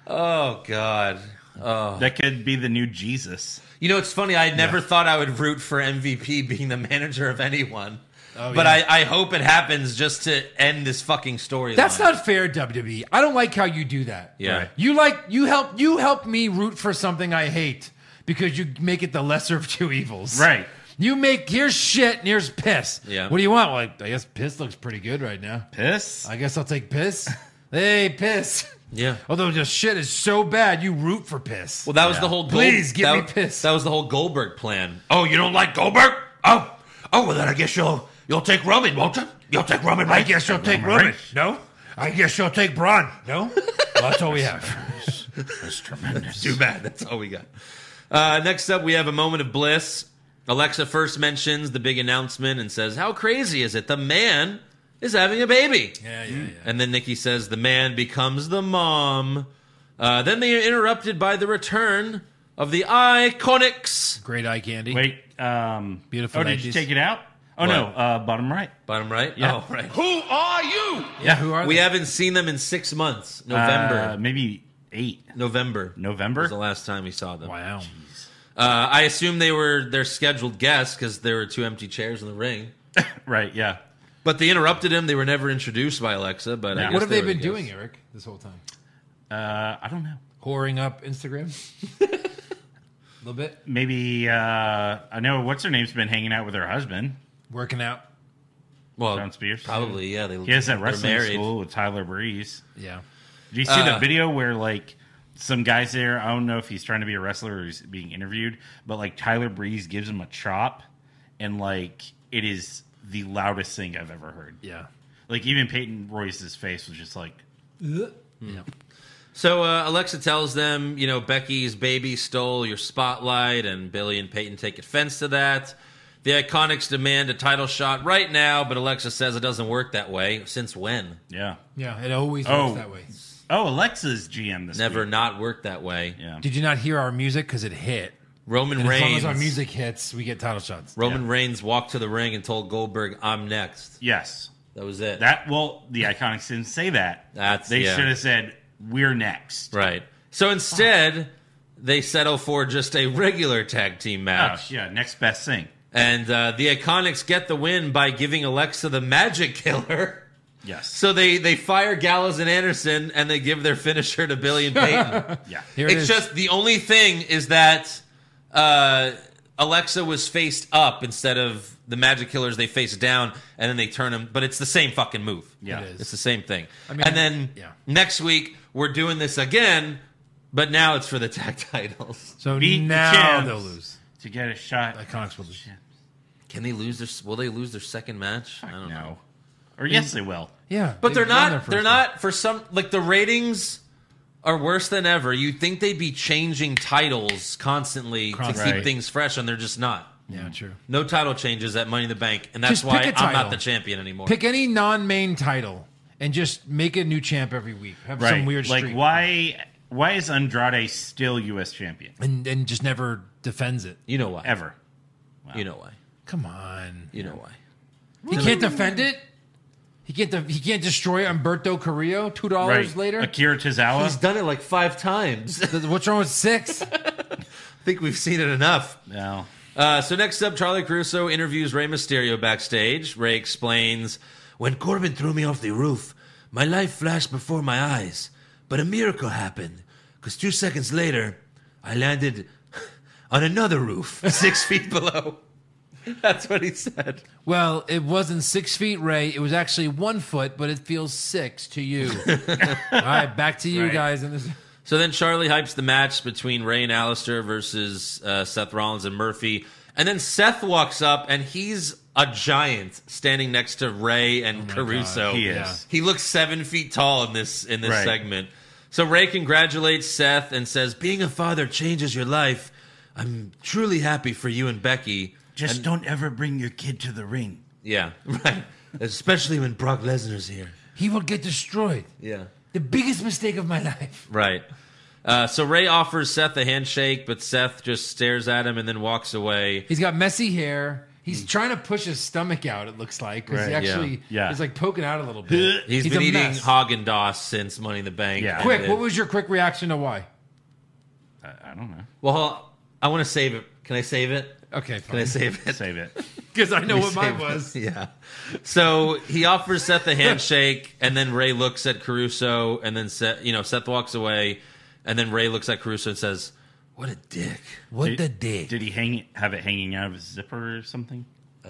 S3: Oh god.
S5: That could be the new Jesus.
S3: You know, it's funny. I never thought I would root for MVP being the manager of anyone,
S4: Oh,
S3: but
S4: yeah.
S3: I, I hope it happens just to end this fucking story.
S4: That's not fair, WWE. I don't like how you do that.
S3: Yeah. Right.
S4: You like you help you help me root for something I hate because you make it the lesser of two evils.
S5: Right.
S4: You make here's shit and here's piss.
S3: Yeah.
S4: What do you want? Well, I, I guess piss looks pretty good right now.
S5: Piss.
S4: I guess I'll take piss. hey, piss.
S3: Yeah.
S4: Although the shit is so bad, you root for piss.
S3: Well, that was
S5: Yeah.
S3: the whole. Gold-
S4: Please give
S3: that,
S4: me piss.
S3: That was the whole Goldberg plan.
S1: Oh, you don't like Goldberg? Oh, oh, well then I guess you'll you'll take Roman, won't you? You'll take Roman, right? I guess you'll take
S5: Roman,
S1: No, I guess you'll take Braun. No,
S4: that's all we have.
S5: That's tremendous.
S3: Too bad. That's all we got. Uh, next up, we have a moment of bliss. Alexa first mentions the big announcement and says, "How crazy is it? The man is having a baby."
S4: yeah, yeah, yeah.
S3: And then Nikki says the man becomes the mom. Uh, then they are interrupted by the return of the Iconics.
S4: Great eye candy.
S5: Wait. Um,
S4: Beautiful
S5: Oh, did you
S4: ladies.
S5: take it out? Oh no.
S3: What?
S5: Uh, bottom right.
S3: Bottom right?
S5: Yeah.
S3: Oh, right.
S1: who are you?
S4: Yeah, who are
S3: We
S4: they?
S3: haven't seen them in six months.
S5: Uh,
S3: November.
S5: maybe eight.
S3: November.
S5: November?
S3: was the last time we saw them. Uh,
S4: wow.
S3: I assume they were their scheduled guests because there were two empty chairs in the ring.
S5: Right. Yeah.
S3: But they interrupted him. They were never introduced by Alexa. But I
S5: Yeah.
S3: guess
S4: What have they
S3: were
S4: been
S3: the
S4: doing,
S3: guests.
S4: Eric, this whole time?
S5: Uh, I don't know.
S4: Whoring up Instagram? a little bit.
S5: Maybe uh, I know what's her name's been hanging out with her husband.
S4: Working out.
S3: Well,
S5: Sean Spears.
S3: probably. Yeah, they.
S5: He has that
S3: they're
S5: wrestling
S3: married.
S5: school with Tyler Breeze.
S4: Yeah.
S5: Do you see
S3: Uh,
S5: the video where like some guys there? I don't know if he's trying to be a wrestler or he's being interviewed, but like Tyler Breeze gives him a chop, and like it is the loudest thing I've ever heard.
S4: Yeah.
S5: Like even Peyton Royce's face was just like,
S4: Yeah.
S3: So uh, Alexa tells them, you know, Becky's baby stole your spotlight, and Billy and Peyton take offense to that. The Iconics demand a title shot right now, but Alexa says it doesn't work that way. Since when?
S5: Yeah.
S4: Yeah, it always
S5: Oh.
S4: works that way.
S5: Oh, Alexa's GM this
S3: Never
S5: week.
S3: not worked that way.
S5: Yeah.
S4: Did you not hear our music? Because it hit.
S3: Roman
S4: And as long
S3: Reigns.
S4: as our music hits, we get title shots.
S3: Roman Reigns walked to the ring and told Goldberg, "I'm next."
S5: Yes.
S3: That was it.
S5: That well, the Iconics didn't say that.
S3: That's-
S5: they
S3: yeah.
S5: should have said we're next.
S3: right. So instead, they settle for just a regular tag team
S5: Oh,
S3: match.
S5: yeah, next best thing.
S3: And uh, the Iconics get the win by giving Alexa the Magic Killer.
S5: Yes.
S3: So they they fire Gallows and Anderson, and they give their finisher to Billy and Peyton.
S5: yeah.
S4: Here it
S3: it's
S4: is.
S3: just the only thing is that uh, Alexa was faced up instead of the Magic Killers. They face down, and then they turn them. But it's the same fucking move.
S5: Yeah.
S4: It is.
S3: it's the same thing.
S4: mean,
S3: and then
S4: yeah.
S3: next week we're doing this again, but now it's for the tag titles.
S4: so
S5: Beat the
S4: now
S5: champs.
S4: they'll lose.
S5: To get a shot.
S4: Iconics will lose.
S3: Can they lose their? Will they lose their second match? I don't know.
S5: No. Or yes, they will.
S4: Yeah,
S3: But they're
S4: they've won their
S3: not.
S4: first
S3: They're
S4: one.
S3: not for some. Like the ratings are worse than ever. You'd think they'd be changing titles constantly to
S4: Constantly.
S3: keep things fresh, and they're just not.
S4: Yeah, true.
S3: No title changes at Money in the Bank, and that's
S4: Just
S3: why
S4: pick a
S3: I'm not
S4: title.
S3: the champion anymore.
S4: Pick any non-main title and just make a new champ every week. Have
S5: Right.
S4: some weird
S5: like
S4: streak.
S5: why why is Andrade still US champion?
S4: And and just never defends it.
S3: you know why?
S5: Ever.
S3: You know why?
S4: Come on,
S3: You know why?
S4: he can't defend it. He can't. def he can't destroy Umberto Carrillo two dollars later.
S5: Akira Tozawa.
S3: He's done it like five times. I
S4: Th- What's wrong with six?
S3: think we've seen it enough.
S5: no.
S3: Uh, so next up, Charlie Caruso interviews Rey Mysterio backstage. Rey explains, "When Corbin threw me off the roof, my life flashed before my eyes, but a miracle happened because two seconds later, I landed on another roof six feet below." That's what he said.
S4: well, it wasn't six feet, Ray. It was actually one foot, but it feels six to you. All right, back to you
S5: Right.
S4: guys. And this,
S3: So then Charlie hypes the match between Ray and Alistair versus uh, Seth Rollins and Murphy. And then Seth walks up and he's a giant standing next to Ray and Caruso.
S5: Oh He is.
S3: He looks seven feet tall in this in this
S5: Right.
S3: segment. So Ray congratulates Seth and says, "Being a father changes your life. I'm truly happy for you and Becky."
S5: Just don't ever bring your kid to the ring.
S3: Yeah, right. Especially when Brock Lesnar's here.
S4: he will get destroyed.
S3: Yeah.
S4: The biggest mistake of my life.
S3: Right. Uh, so Ray offers Seth a handshake, but Seth just stares at him and then walks away.
S4: He's got messy hair. He's trying to push his stomach out. It looks like 'cause he
S5: Right,
S3: yeah.
S4: actually
S5: Yeah.
S4: is like poking out a little bit.
S3: He's
S4: He's
S3: been
S4: a
S3: eating
S4: mess.
S3: Haagen Dazs since Money in the Bank.
S5: Yeah.
S3: And
S4: quick,
S3: then-
S4: what was your quick reaction to why?
S5: I, I don't know.
S3: well, I want to save it. Can I save it?
S4: Okay,
S3: Can I save it?
S5: Save it.
S4: because I know
S3: Let
S4: what
S3: me
S4: mine
S3: save it.
S4: was.
S3: Yeah. So he offers Seth a handshake, and then Ray looks at Caruso, and then Seth, you know, Seth walks away, and then Ray looks at Caruso and says, "What a dick."
S4: What
S5: Did-
S4: the dick?
S5: Did he hang have it hanging out of his zipper or something?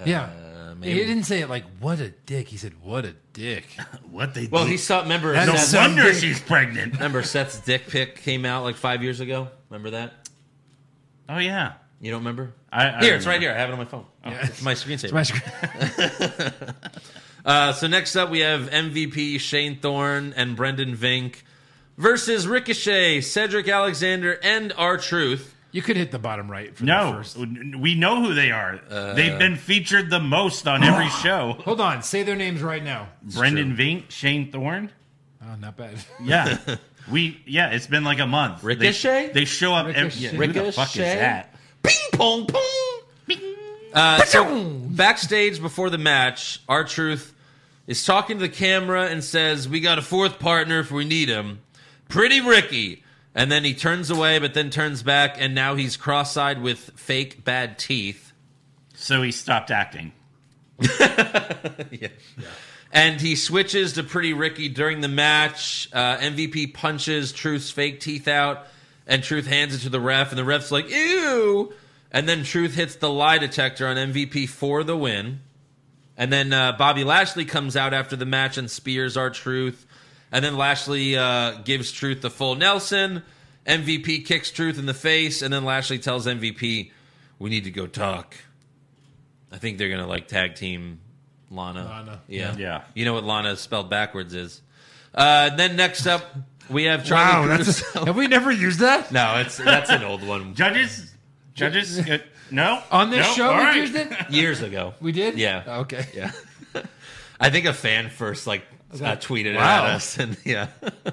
S4: yeah,
S3: Uh, maybe.
S4: he didn't say it like "what a dick." He said "what a dick."
S5: What they
S3: Well, he saw. Remember,
S4: That's
S5: No
S3: Seth-
S4: so-
S5: wonder
S4: big.
S5: she's pregnant.
S3: remember Seth's dick pic came out like five years ago. Remember that?
S5: Oh yeah.
S3: You don't remember?
S5: I, I
S3: here, it's
S5: remember.
S3: right here. I have it on my phone. Oh, It's my screensaver.
S4: My screen-
S3: Uh, so next up, we have MVP Shane Thorne and Brendan Vink versus Ricochet, Cedric Alexander, and R Truth.
S4: you could hit the bottom right. For the
S5: No,
S4: first.
S5: we know who they are.
S3: Uh.
S5: They've been featured the most on every show.
S4: hold on. Say their names right now.
S5: Brendan Vink, Shane Thorne.
S4: Oh, not bad.
S5: Yeah. we yeah, it's been like a month. They-
S3: Ricochet?
S5: They, show up every
S4: Ricochet.
S5: yeah, who the fuck is
S3: Ricochet?
S5: that?
S3: Ping pong pong. Uh, so backstage before the match, R Truth is talking to the camera and says, "We got a fourth partner if we need him, Pretty Ricky." And then he turns away, but then turns back, and now he's cross-eyed with fake bad teeth.
S5: So he stopped acting.
S3: And he switches to Pretty Ricky during the match. Uh, MVP punches Truth's fake teeth out, and Truth hands it to the ref, and the ref's like, ew. And then Truth hits the lie detector on MVP for the win. And then uh, Bobby Lashley comes out after the match and spears our Truth. And then Lashley uh, gives Truth the full Nelson. MVP kicks Truth in the face, and then Lashley tells MVP, we need to go talk. I think they're going to like tag team Lana.
S4: Lana.
S3: Yeah.
S5: Yeah.
S3: You know what Lana spelled backwards is. Uh, then next up, we have Charlie Caruso.
S4: have we never used that?
S3: no, it's that's an old one.
S5: Judges, judges, uh, No.
S4: On this
S5: No?
S4: show,
S5: All
S4: we
S5: right.
S4: used it.
S3: years ago.
S4: We did. Oh,
S3: Yeah.
S4: Okay.
S3: Yeah. I think a fan first like uh, tweeted
S4: wow.
S3: at us, and yeah,
S5: You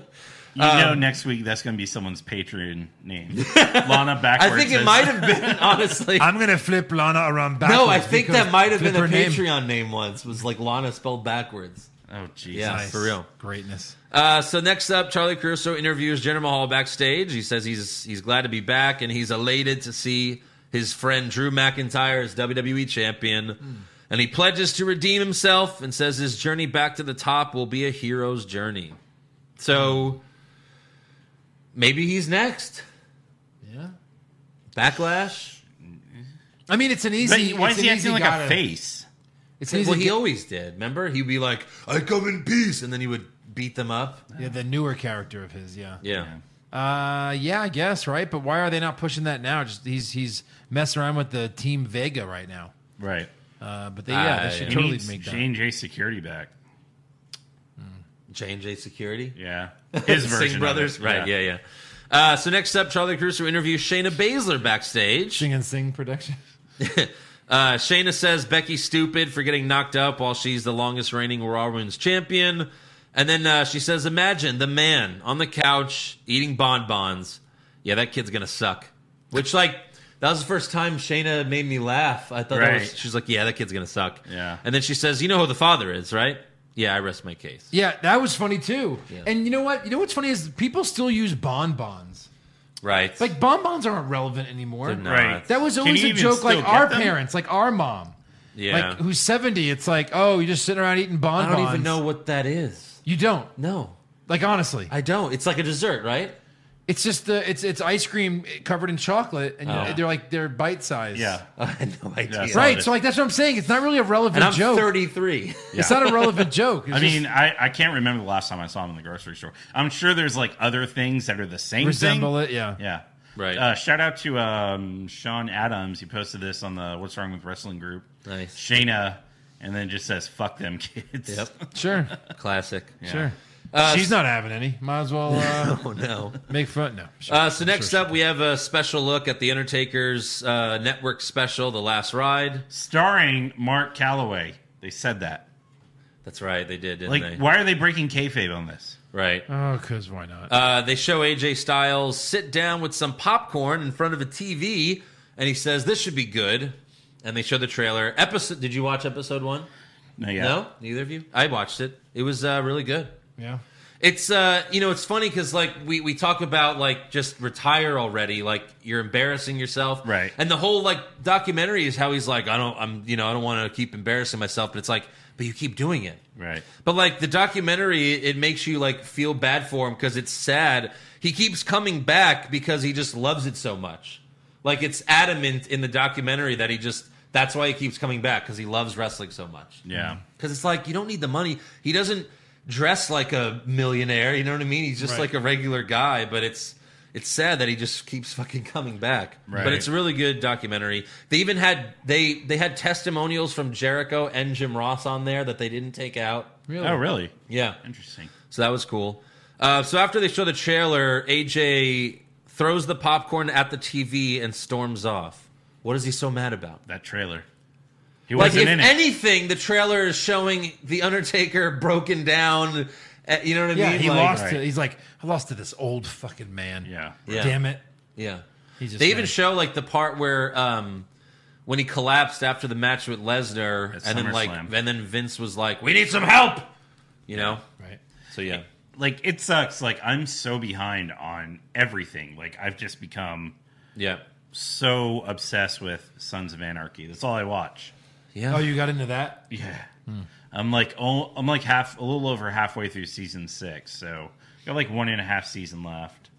S5: know,
S3: Um,
S5: next week that's going to be someone's Patreon name. Lana
S3: I
S5: backwards.
S3: think it
S5: is-
S3: might have been honestly.
S4: I'm gonna flip Lana around backwards.
S3: no, I think
S4: because-
S3: that might have been the
S4: flip her name.
S3: Patreon name. once was like Lana spelled backwards.
S5: Oh Jesus.
S3: Yeah, for real.
S4: Greatness.
S3: Uh, so next up, Charlie Caruso interviews Jinder Mahal backstage. He says he's he's glad to be back and he's elated to see his friend Drew McIntyre as WWE champion. And he pledges to redeem himself and says his journey back to the top will be a hero's journey. So maybe he's next.
S4: Yeah.
S3: Backlash.
S4: I mean, it's an
S5: But
S4: easy.
S5: why
S4: it's
S5: is he
S4: an easy
S5: acting like
S4: guy
S5: a
S4: to-
S5: face?
S4: It's an
S3: Well,
S4: easy.
S3: he always did. Remember, he'd be like, "I come in peace," and then he would beat them up.
S4: yeah, the newer character of his. Yeah.
S3: Yeah.
S4: Uh, yeah, I guess right. But why are they not pushing that now? Just he's he's messing around with the team Vega right now.
S5: Right.
S4: Uh, but they, yeah,
S3: Ah,
S4: they should
S3: yeah.
S5: He
S4: totally
S5: needs
S4: make that.
S5: J and J security back.
S3: J and J Security.
S5: Yeah. His
S3: Singh
S5: version. of
S3: Brothers.
S5: it.
S3: Right, yeah, yeah. Uh, so next up, Charlie Caruso interviews Shayna Baszler backstage.
S4: Sing and Sing production.
S3: Uh, Shayna says Becky's stupid for getting knocked up while she's the longest reigning Raw Women's champion. And then uh, she says, imagine the man on the couch eating bonbons. Yeah, that kid's going to suck. Which, like, that was the first time Shayna made me laugh. I thought that was,
S5: Right.
S3: she's like, yeah, that kid's going to suck.
S5: Yeah.
S3: And then she says, you know who the father is, right? Yeah, I rest my case.
S4: Yeah, that was funny too.
S3: Yeah.
S4: And you know what? You know what's funny is people still use bonbons.
S3: Right.
S4: Like bonbons aren't relevant anymore.
S3: They're not.
S5: Right.
S4: That was
S5: Can
S4: always
S5: you
S4: a
S5: even
S4: joke. Like
S5: still
S4: our
S5: get them?
S4: parents, like our mom,
S3: yeah.
S4: like who's seventy. It's like, oh, you're just sitting around eating
S3: I
S4: bonbons.
S3: don't even know what that is.
S4: You don't.
S3: No.
S4: Like honestly,
S3: I don't. It's like a dessert, right?
S4: it's just the it's it's ice cream covered in chocolate, and
S3: Oh.
S4: they're like they're bite sized.
S5: Yeah.
S3: I had no idea.
S5: Yeah, so-
S4: Right. So like that's what I'm saying. It's not really a relevant
S3: And I'm
S4: joke.
S3: 33.
S4: It's not a relevant joke. It's
S5: I
S4: just
S5: mean, I, I can't remember the last time I saw him in the grocery store. I'm sure there's like other things that are the same
S4: resemble
S5: thing.
S4: it. Yeah.
S5: Yeah.
S3: Right.
S5: Uh, shout out to um, Sean Adams. He posted this on the What's Wrong with Wrestling group.
S3: Nice.
S5: Shayna, and then just says, fuck them kids.
S3: Yep.
S4: Sure.
S3: Classic.
S4: Sure.
S3: Uh,
S4: She's not having any. Might as well uh,
S3: Oh, no.
S4: make fun. No. Sure.
S3: Uh, so next up, we have a special look at the Undertaker's uh, network special, The Last Ride.
S5: Starring Mark Calloway. They said that.
S3: That's right. They did, didn't
S5: Like,
S3: they?
S5: why are they breaking kayfabe on this?
S3: Right.
S4: Oh, cause why not?
S3: Uh, they show AJ Styles sit down with some popcorn in front of a TV, and he says, This should be good. And they show the trailer. Episode. Did you watch episode one?
S5: No, yeah.
S3: No? Neither of you? I watched it. It was uh, really good.
S5: Oh,
S4: yeah.
S3: It's uh, you know, it's funny because like we we talk about like just retire already, like you're embarrassing yourself,
S5: Right.
S3: And the whole like documentary is how he's like, I don't, I'm, you know, I don't want to keep embarrassing myself, but it's like, but you keep doing it,
S5: Right.
S3: But like the documentary, it makes you like feel bad for him because it's sad. He keeps coming back because he just loves it so much. Like it's adamant in the documentary that he just that's why he keeps coming back because he loves wrestling so much.
S5: Yeah.
S3: Because it's like you don't need the money. He doesn't dress like a millionaire. You know what I mean? He's just
S4: Right.
S3: like a regular guy. But it's it's sad that he just keeps fucking coming back.
S5: Right.
S3: But it's a really good documentary. They even had they they had testimonials from Jericho and Jim Ross on there that they didn't take out.
S4: Really?
S5: Oh, really?
S3: Yeah.
S5: Interesting.
S3: So that was cool. Uh, so after they show the trailer, AJ throws the popcorn at the TV and storms off. What is he so mad about?
S5: That trailer. He
S3: Like
S5: wasn't
S3: if
S5: in it.
S3: anything, the trailer is showing the Undertaker broken down. uh, You know what I
S4: Yeah.
S3: mean?
S4: He
S3: Like-
S4: lost.
S5: Right.
S4: To, he's like, I lost to this old fucking man.
S5: yeah.
S3: Yeah.
S4: Damn it.
S3: Yeah.
S4: He's just
S3: They even
S4: mad.
S3: show like the part where um, when he collapsed after the match with Lesnar,
S5: At
S3: and then like,
S5: SummerSlam.
S3: and then Vince was like, "We need some help," you know.
S4: Right.
S3: So yeah,
S5: Like, it sucks. Like, I'm so behind on everything. Like, I've just become
S3: yeah,
S5: so obsessed with Sons of Anarchy. That's all I watch.
S3: yeah.
S4: Oh, you got into that?
S5: Yeah.
S3: Hmm.
S5: I'm like oh, I'm like half a little over halfway through season six, so got like one and a half season left.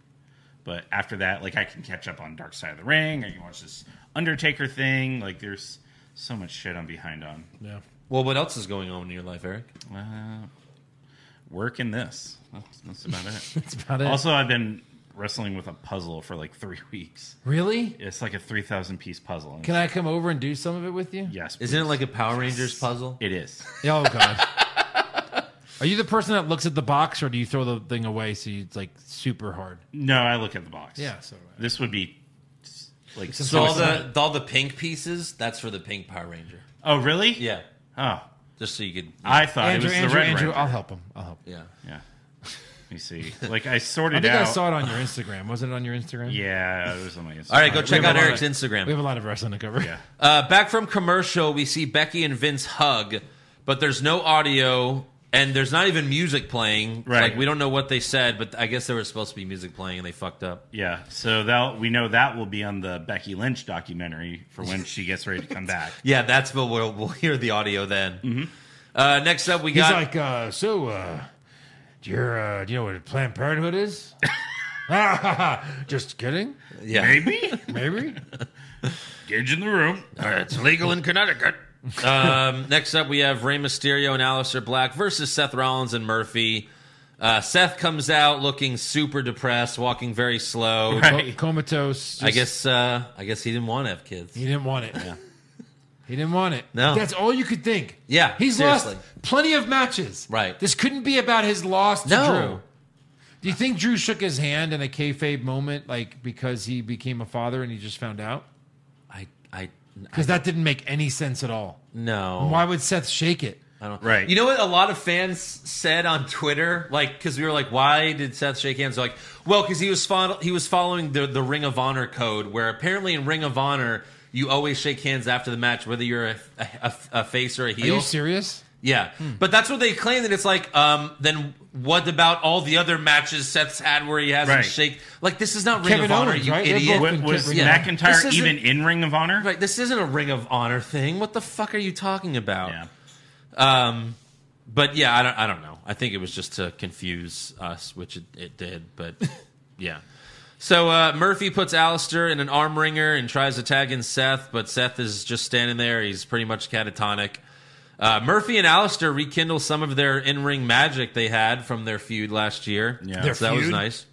S5: But after that, like I can catch up on Dark Side of the Ring. I can watch this Undertaker thing. Like there's so much shit I'm behind on.
S4: Yeah.
S3: well, what else is going on in your life, Eric?
S5: Uh, work in this. That's, that's about it.
S4: That's about it.
S5: also, I've been wrestling with a puzzle for like three weeks.
S4: really?
S5: It's like a three thousand piece puzzle.
S4: Can I come over and do some of it with you?
S5: Yes.
S3: Isn't it
S5: please.
S3: like a Power Rangers puzzle?
S5: It is.
S4: Oh God. Are you the person that looks at the box, or do you throw the thing
S5: Uh,
S4: away so you it's like super hard?
S5: No, I look at the box.
S4: Yeah, so-
S5: this would be Like
S3: So all the all the pink pieces, that's for the pink Power Ranger.
S5: oh really?
S3: Yeah,
S5: Oh,
S3: just so you could.
S5: I thought
S4: Andrew,
S5: it was
S4: Andrew,
S5: the red
S4: Andrew,
S5: Ranger.
S4: I'll help him. I'll help. Him.
S3: yeah.
S5: Yeah. Let me see. Like I sorted
S4: I think
S5: out.
S4: I saw it on your Instagram. Was it on your Instagram?
S5: Yeah, it was on my Instagram.
S3: All right, go check
S5: We
S3: out
S5: have a lot
S3: Eric's
S5: of-
S4: We
S3: Instagram.
S4: have a lot of wrestling to cover.
S5: Yeah.
S3: Uh, back from commercial, we see Becky and Vince hug, but there's no audio and there's not even music playing.
S5: Right.
S3: Like we don't know what they said, but I guess there was supposed to be music playing and they fucked up.
S5: Yeah, so that we know that will be on the Becky Lynch documentary for when she gets ready to come back.
S3: Yeah, that's but we'll, we'll hear the audio then. Uh, next up, we
S4: He's
S3: got
S4: like, uh, so, uh, do you, uh, do you know what Planned Parenthood is? Just kidding.
S3: yeah.
S5: Maybe
S4: Maybe.
S5: Gage in the room.
S1: All right, it's legal in Connecticut.
S3: Um, next up, we have Rey Mysterio and Aleister Black versus Seth Rollins and Murphy. Uh, Seth comes out looking super depressed, walking very slow.
S4: Co- comatose.
S3: I
S4: just-
S3: guess uh, I guess he didn't want to have kids.
S4: he didn't want it. He didn't want it.
S3: No.
S4: That's all you could think.
S3: Yeah,
S4: He's
S3: seriously.
S4: lost plenty of matches.
S3: Right.
S4: This couldn't be about his loss to
S3: No.
S4: Drew. Do you think Drew shook his hand in a kayfabe moment, like because he became a father and he just found out?
S3: I I, I
S4: Because that didn't make any sense at all.
S3: no.
S4: Why would Seth shake it?
S3: I don't,
S5: Right.
S3: You know what? A lot of fans said on Twitter, like, because we were like, "Why did Seth shake hands?" They're like, well, because he was fo- he was following the the Ring of Honor code, where apparently in Ring of Honor you always shake hands after the match, whether you're a, a, a- a face or a
S4: Are
S3: heel.
S4: you serious? Hmm.
S3: Yeah, but that's what they claim that it's like. Um, then what about all the other matches Seth's had where he hasn't
S5: Right.
S3: shake? Like this is not Ring
S4: Kevin
S3: of Honor,
S4: Owens,
S3: you
S4: right? They're
S3: idiot!
S4: both-
S5: Wa- was
S4: Yeah.
S3: This
S5: McIntyre
S3: isn't-
S5: even in Ring of Honor?
S3: Right, this isn't a Ring of Honor thing. What the fuck are you talking about?
S5: Yeah.
S3: Um, but yeah, I don't, I don't know. I think it was just to confuse us, which it, it did. But yeah. So uh, Murphy puts Alistair in an arm ringer and tries to tag in Seth, but Seth is just standing there. He's pretty much catatonic. Uh, Murphy and Alistair rekindle some of their in ring magic they had from their feud last year.
S5: Yeah.
S4: Their
S3: so that was
S4: feud?
S3: nice.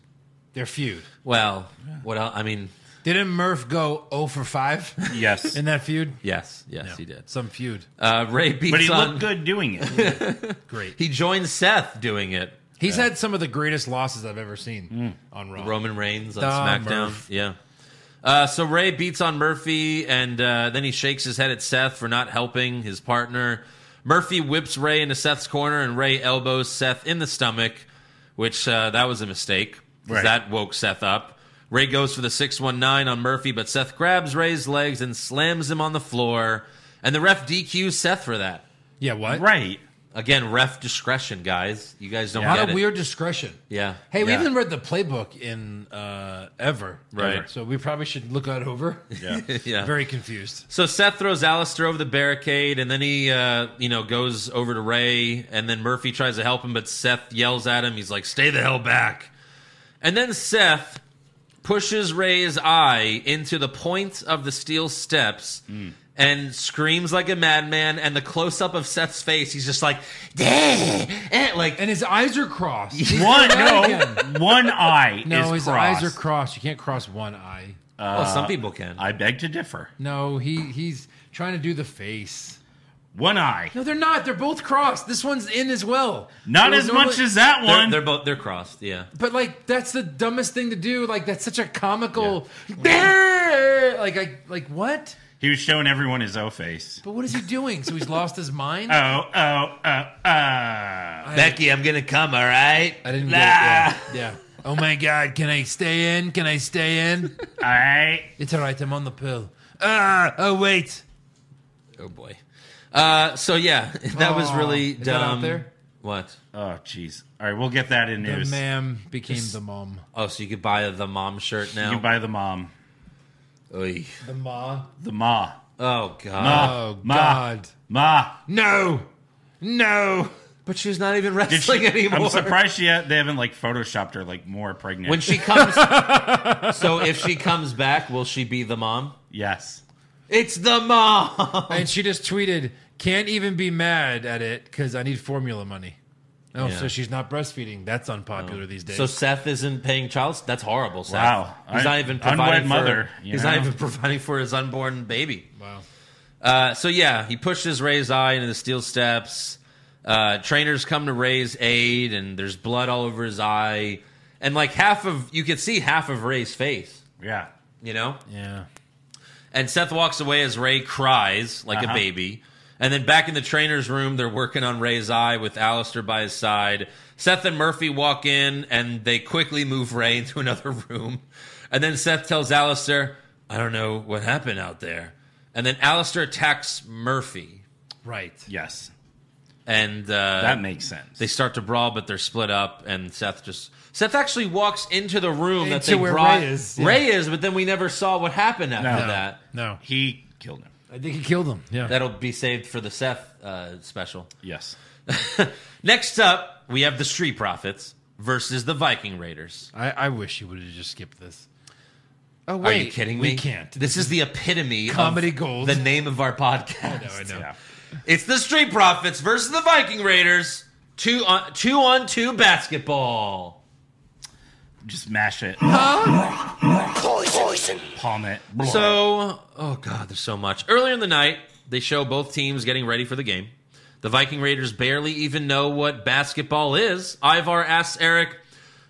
S4: Their feud.
S3: Well, what else? I mean,
S4: Didn't Murph go 0 for 5
S5: Yes.
S4: in that feud?
S3: yes, yes, he did.
S4: Some feud.
S3: Uh, Ray beats
S5: but he
S3: on.
S5: looked good doing it.
S4: Great.
S3: He joins Seth doing it.
S4: He's had some of the greatest losses I've ever seen
S3: Mm.
S4: on Raw.
S3: Roman Reigns on
S4: Duh,
S3: SmackDown.
S4: Murph.
S3: Yeah. Uh, so Ray beats on Murphy, and uh, then he shakes his head at Seth for not helping his partner. Murphy whips Ray into Seth's corner, and Ray elbows Seth in the stomach, which uh, that was a mistake. 'cause
S5: Right.
S3: That woke Seth up. Ray goes for the 619 on Murphy, but Seth grabs Ray's legs and slams him on the floor, and the ref DQs Seth for that.
S4: Yeah, what?
S5: right.
S3: Again, ref discretion, guys. You guys don't
S4: A lot
S3: get
S4: of
S3: it.
S4: weird discretion.
S3: Yeah.
S4: Hey, we
S5: Yeah.
S4: haven't read the playbook in uh, ever.
S3: Right.
S4: Ever. So we probably should look that over.
S5: Yeah.
S3: yeah.
S4: Very confused.
S3: So Seth throws Alistair over the barricade, and then he, uh, you know, goes over to Ray, and then Murphy tries to help him, but Seth yells at him. He's like, "Stay the hell back!" And then Seth pushes Ray's eye into the point of the steel steps and screams like a madman. And the close up of Seth's face, he's just like, "Dang!" eh," like
S4: And his eyes are crossed.
S5: One no,
S4: Again.
S5: one eye
S4: No,
S5: is
S4: his eyes
S5: crossed.
S4: are crossed. You can't cross one eye.
S3: well,
S4: uh,
S3: some people can.
S5: I beg to differ.
S4: No, he he's trying to do the face.
S5: One eye,
S4: No, they're not. They're both crossed. This one's in as well.
S5: not
S4: It
S5: as
S4: was
S5: much
S4: normally-
S5: as that
S3: they're,
S5: one.
S3: they're both they're crossed. Yeah.
S4: But like, that's the dumbest thing to do. Like, that's such a comical. Like, I like what?
S5: he was showing everyone his O face.
S4: But what is he doing? So he's lost his mind.
S5: Oh, oh, oh, uh.
S3: Becky, I'm gonna come. All right.
S4: I didn't get it. Yeah. yeah. Oh my God! Can I stay in? Can I stay in?
S5: All right.
S4: It's all right. I'm on the pill. Ah! Oh wait.
S3: Oh boy. Uh, so yeah, that was
S4: Aw,
S3: really
S4: is
S3: dumb.
S4: that out there?
S3: What?
S5: Oh, jeez. All right, we'll get that in
S4: The
S5: news.
S4: ma'am became the mom.
S3: Oh, so you could buy the mom shirt now.
S5: You buy the mom,
S3: Oy.
S4: The ma.
S5: the ma,
S3: Oh god.
S4: Oh
S5: Ma.
S4: God.
S5: ma.
S4: No. No.
S3: But she's not even
S5: Did
S3: wrestling
S5: she-
S3: anymore.
S5: I'm surprised she they haven't like photoshopped her like more pregnant.
S3: When she comes, so if she comes back, will she be the mom?
S5: yes,
S3: It's the mom.
S4: And she just tweeted, "Can't even be mad at it because I need formula money." Oh,
S3: Yeah. Oh.
S4: so she's not breastfeeding. That's unpopular these days.
S3: So Seth isn't paying child. That's horrible. Seth.
S5: Wow.
S3: He's not
S5: I-
S3: even
S5: unwed
S3: providing for.
S5: mother, you
S3: he's not
S5: know?
S3: even providing for his unborn baby.
S4: wow.
S3: Uh, so yeah, he pushes Ray's eye into the steel steps. Uh, trainers come to Ray's aid, and there's blood all over his eye, and like half of you could see half of Ray's face.
S5: yeah.
S3: You know,
S4: Yeah.
S3: And Seth walks away as Ray cries like a
S5: Uh-huh.
S3: baby. And then back in the trainer's room, they're working on Ray's eye with Alistair by his side. Seth and Murphy walk in and they quickly move Ray into another room. And then Seth tells Alistair, I don't know what happened out there. And then Alistair attacks Murphy.
S4: Right.
S5: Yes,
S3: And uh,
S5: that makes sense.
S3: they start to brawl, but they're split up, and Seth just Seth actually walks into the room that
S4: Into
S3: they
S4: where
S3: brought
S4: Ray is, yeah.
S3: Ray is, but then we never saw what happened after
S5: No.
S3: that.
S4: No.
S5: he killed him.
S4: I think he killed him. Yeah.
S3: That'll be saved for the Seth uh, special.
S5: Yes,
S3: Next up, we have the Street Profits versus the Viking Raiders.
S4: I, I wish you would have just skipped this. Oh
S3: Are
S4: wait,
S3: you kidding me?
S4: We can't.
S3: This is the epitome
S4: Comedy
S3: of
S4: gold.
S3: The name of our podcast.
S4: I know. I know.
S5: yeah.
S3: It's the Street Profits versus the Viking Raiders. Two on two on two basketball.
S5: Just mash it,
S6: Poison.
S5: palm it.
S3: So, oh god, there's so much. Earlier in the night, they show both teams getting ready for the game. The Viking Raiders barely even know what basketball is. Ivar asks Eric,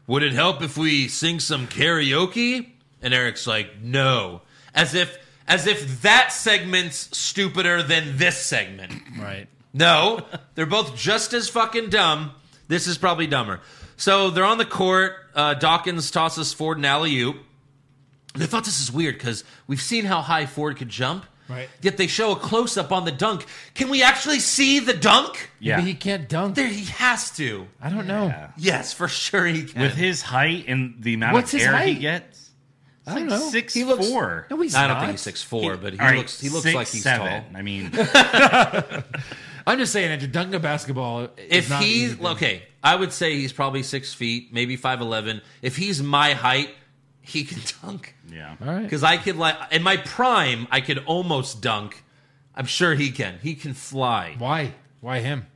S3: "Would it help if we sing some karaoke?" And Eric's like, "No." As if as if that segment's stupider than this segment.
S4: Right.
S3: No, they're both just as fucking dumb. This is probably dumber. So they're on the court. Uh, Dawkins tosses Ford an alley oop. They thought this is weird because we've seen how high Ford could jump.
S4: Right.
S3: Yet they show a close up on the dunk. Can we actually see the dunk?
S5: yeah,
S4: But he can't dunk.
S3: There, he has to.
S4: I don't know.
S3: Yes, for sure he can.
S5: with his height and the amount
S4: What's
S5: of
S4: his
S5: air he
S4: height?
S5: gets,
S4: I don't
S5: like
S4: know.
S5: six
S4: he looks,
S5: four.
S4: No, he's
S3: I don't
S4: not.
S3: think he's six four, but he
S5: All right,
S3: looks he looks
S5: six,
S3: like he's
S5: seven.
S3: tall.
S5: I mean,
S4: I'm just saying, Andrew, dunking a basketball.
S3: if he's okay, I would say he's probably six feet, maybe five eleven. If he's my height, he can dunk.
S5: yeah.
S4: all right,
S3: Because I could like in my prime, I could almost dunk. I'm sure he can. He can fly.
S4: why? Why him?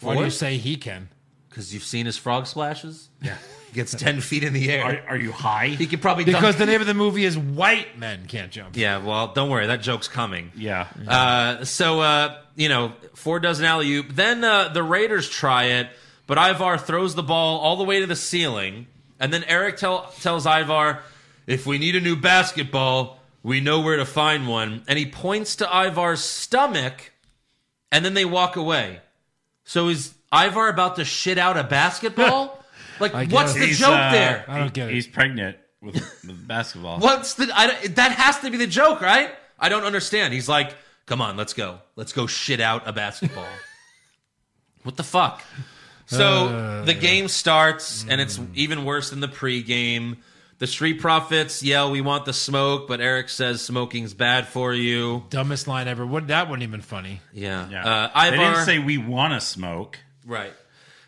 S4: Why do
S3: Ford?
S4: you say he can?
S3: Because you've seen his frog splashes. Yeah, gets ten feet in the air.
S5: Are, are you high?
S3: he could probably
S4: Because
S3: dunk.
S4: the name of the movie is White Men Can't Jump.
S3: yeah, well, don't worry. That joke's coming.
S5: yeah.
S3: Uh, so uh, you know, Ford does an alley oop. Then uh, the Raiders try it, but Ivar throws the ball all the way to the ceiling, and then Eric tell, tells Ivar, "If we need a new basketball, we know where to find one." And he points to Ivar's stomach, and then they walk away. So is Ivar about to shit out a basketball?
S4: I
S3: like, what's
S4: guess.
S3: the
S5: He's,
S3: joke
S5: uh,
S3: there?
S4: I don't get it.
S5: He's pregnant with, with basketball.
S3: What's the I, don't- that has to be the joke, right? I don't understand. He's like, "Come on, let's go. Let's go shit out a basketball." what the fuck? So
S4: Uh,
S3: the game starts and it's even worse than the pregame. The street profits yell, "We want the smoke," but Eric says smoking's bad for you.
S4: Dumbest line ever. What? That wasn't even funny.
S3: Yeah.
S5: Yeah.
S3: Uh, Ivar,
S5: they didn't say we want to smoke.
S3: right.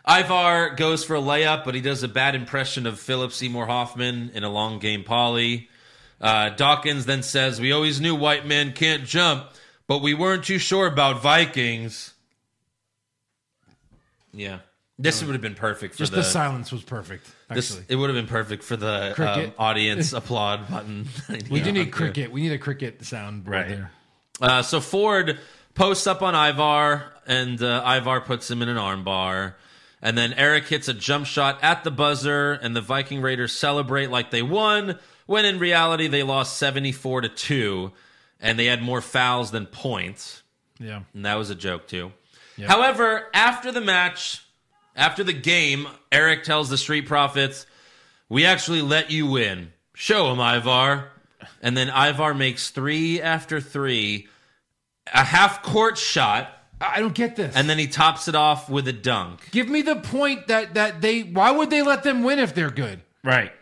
S3: Ivar goes for a layup, but he does a bad impression of Philip Seymour Hoffman in a long game poly. Uh, Dawkins then says, We always knew white men can't jump, but we weren't too sure about Vikings. Yeah. This would have been perfect for
S4: Just
S3: the,
S4: the, silence was perfect.
S3: this-
S4: Actually,
S3: it would have been perfect for the um,
S4: Cricket.
S3: audience applaud button.
S4: we do need cricket. We need a cricket sound
S5: Right.
S4: right there.
S3: Uh, so Ford posts up on Ivar, and uh, Ivar puts him in an armbar. And then Eric hits a jump shot at the buzzer, and the Viking Raiders celebrate like they won, when in reality they lost 74 to 2, and they had more fouls than points.
S4: Yeah.
S3: And that was a joke, too. However, after the match, after the game, Eric tells the Street Profits, We actually let you win. Show him, Ivar. And then Ivar makes three after three, a half court shot,
S4: I I don't get this.
S3: and then he tops it off with a dunk.
S4: give me the point that that they. Why would they let them win if they're good?
S5: Right.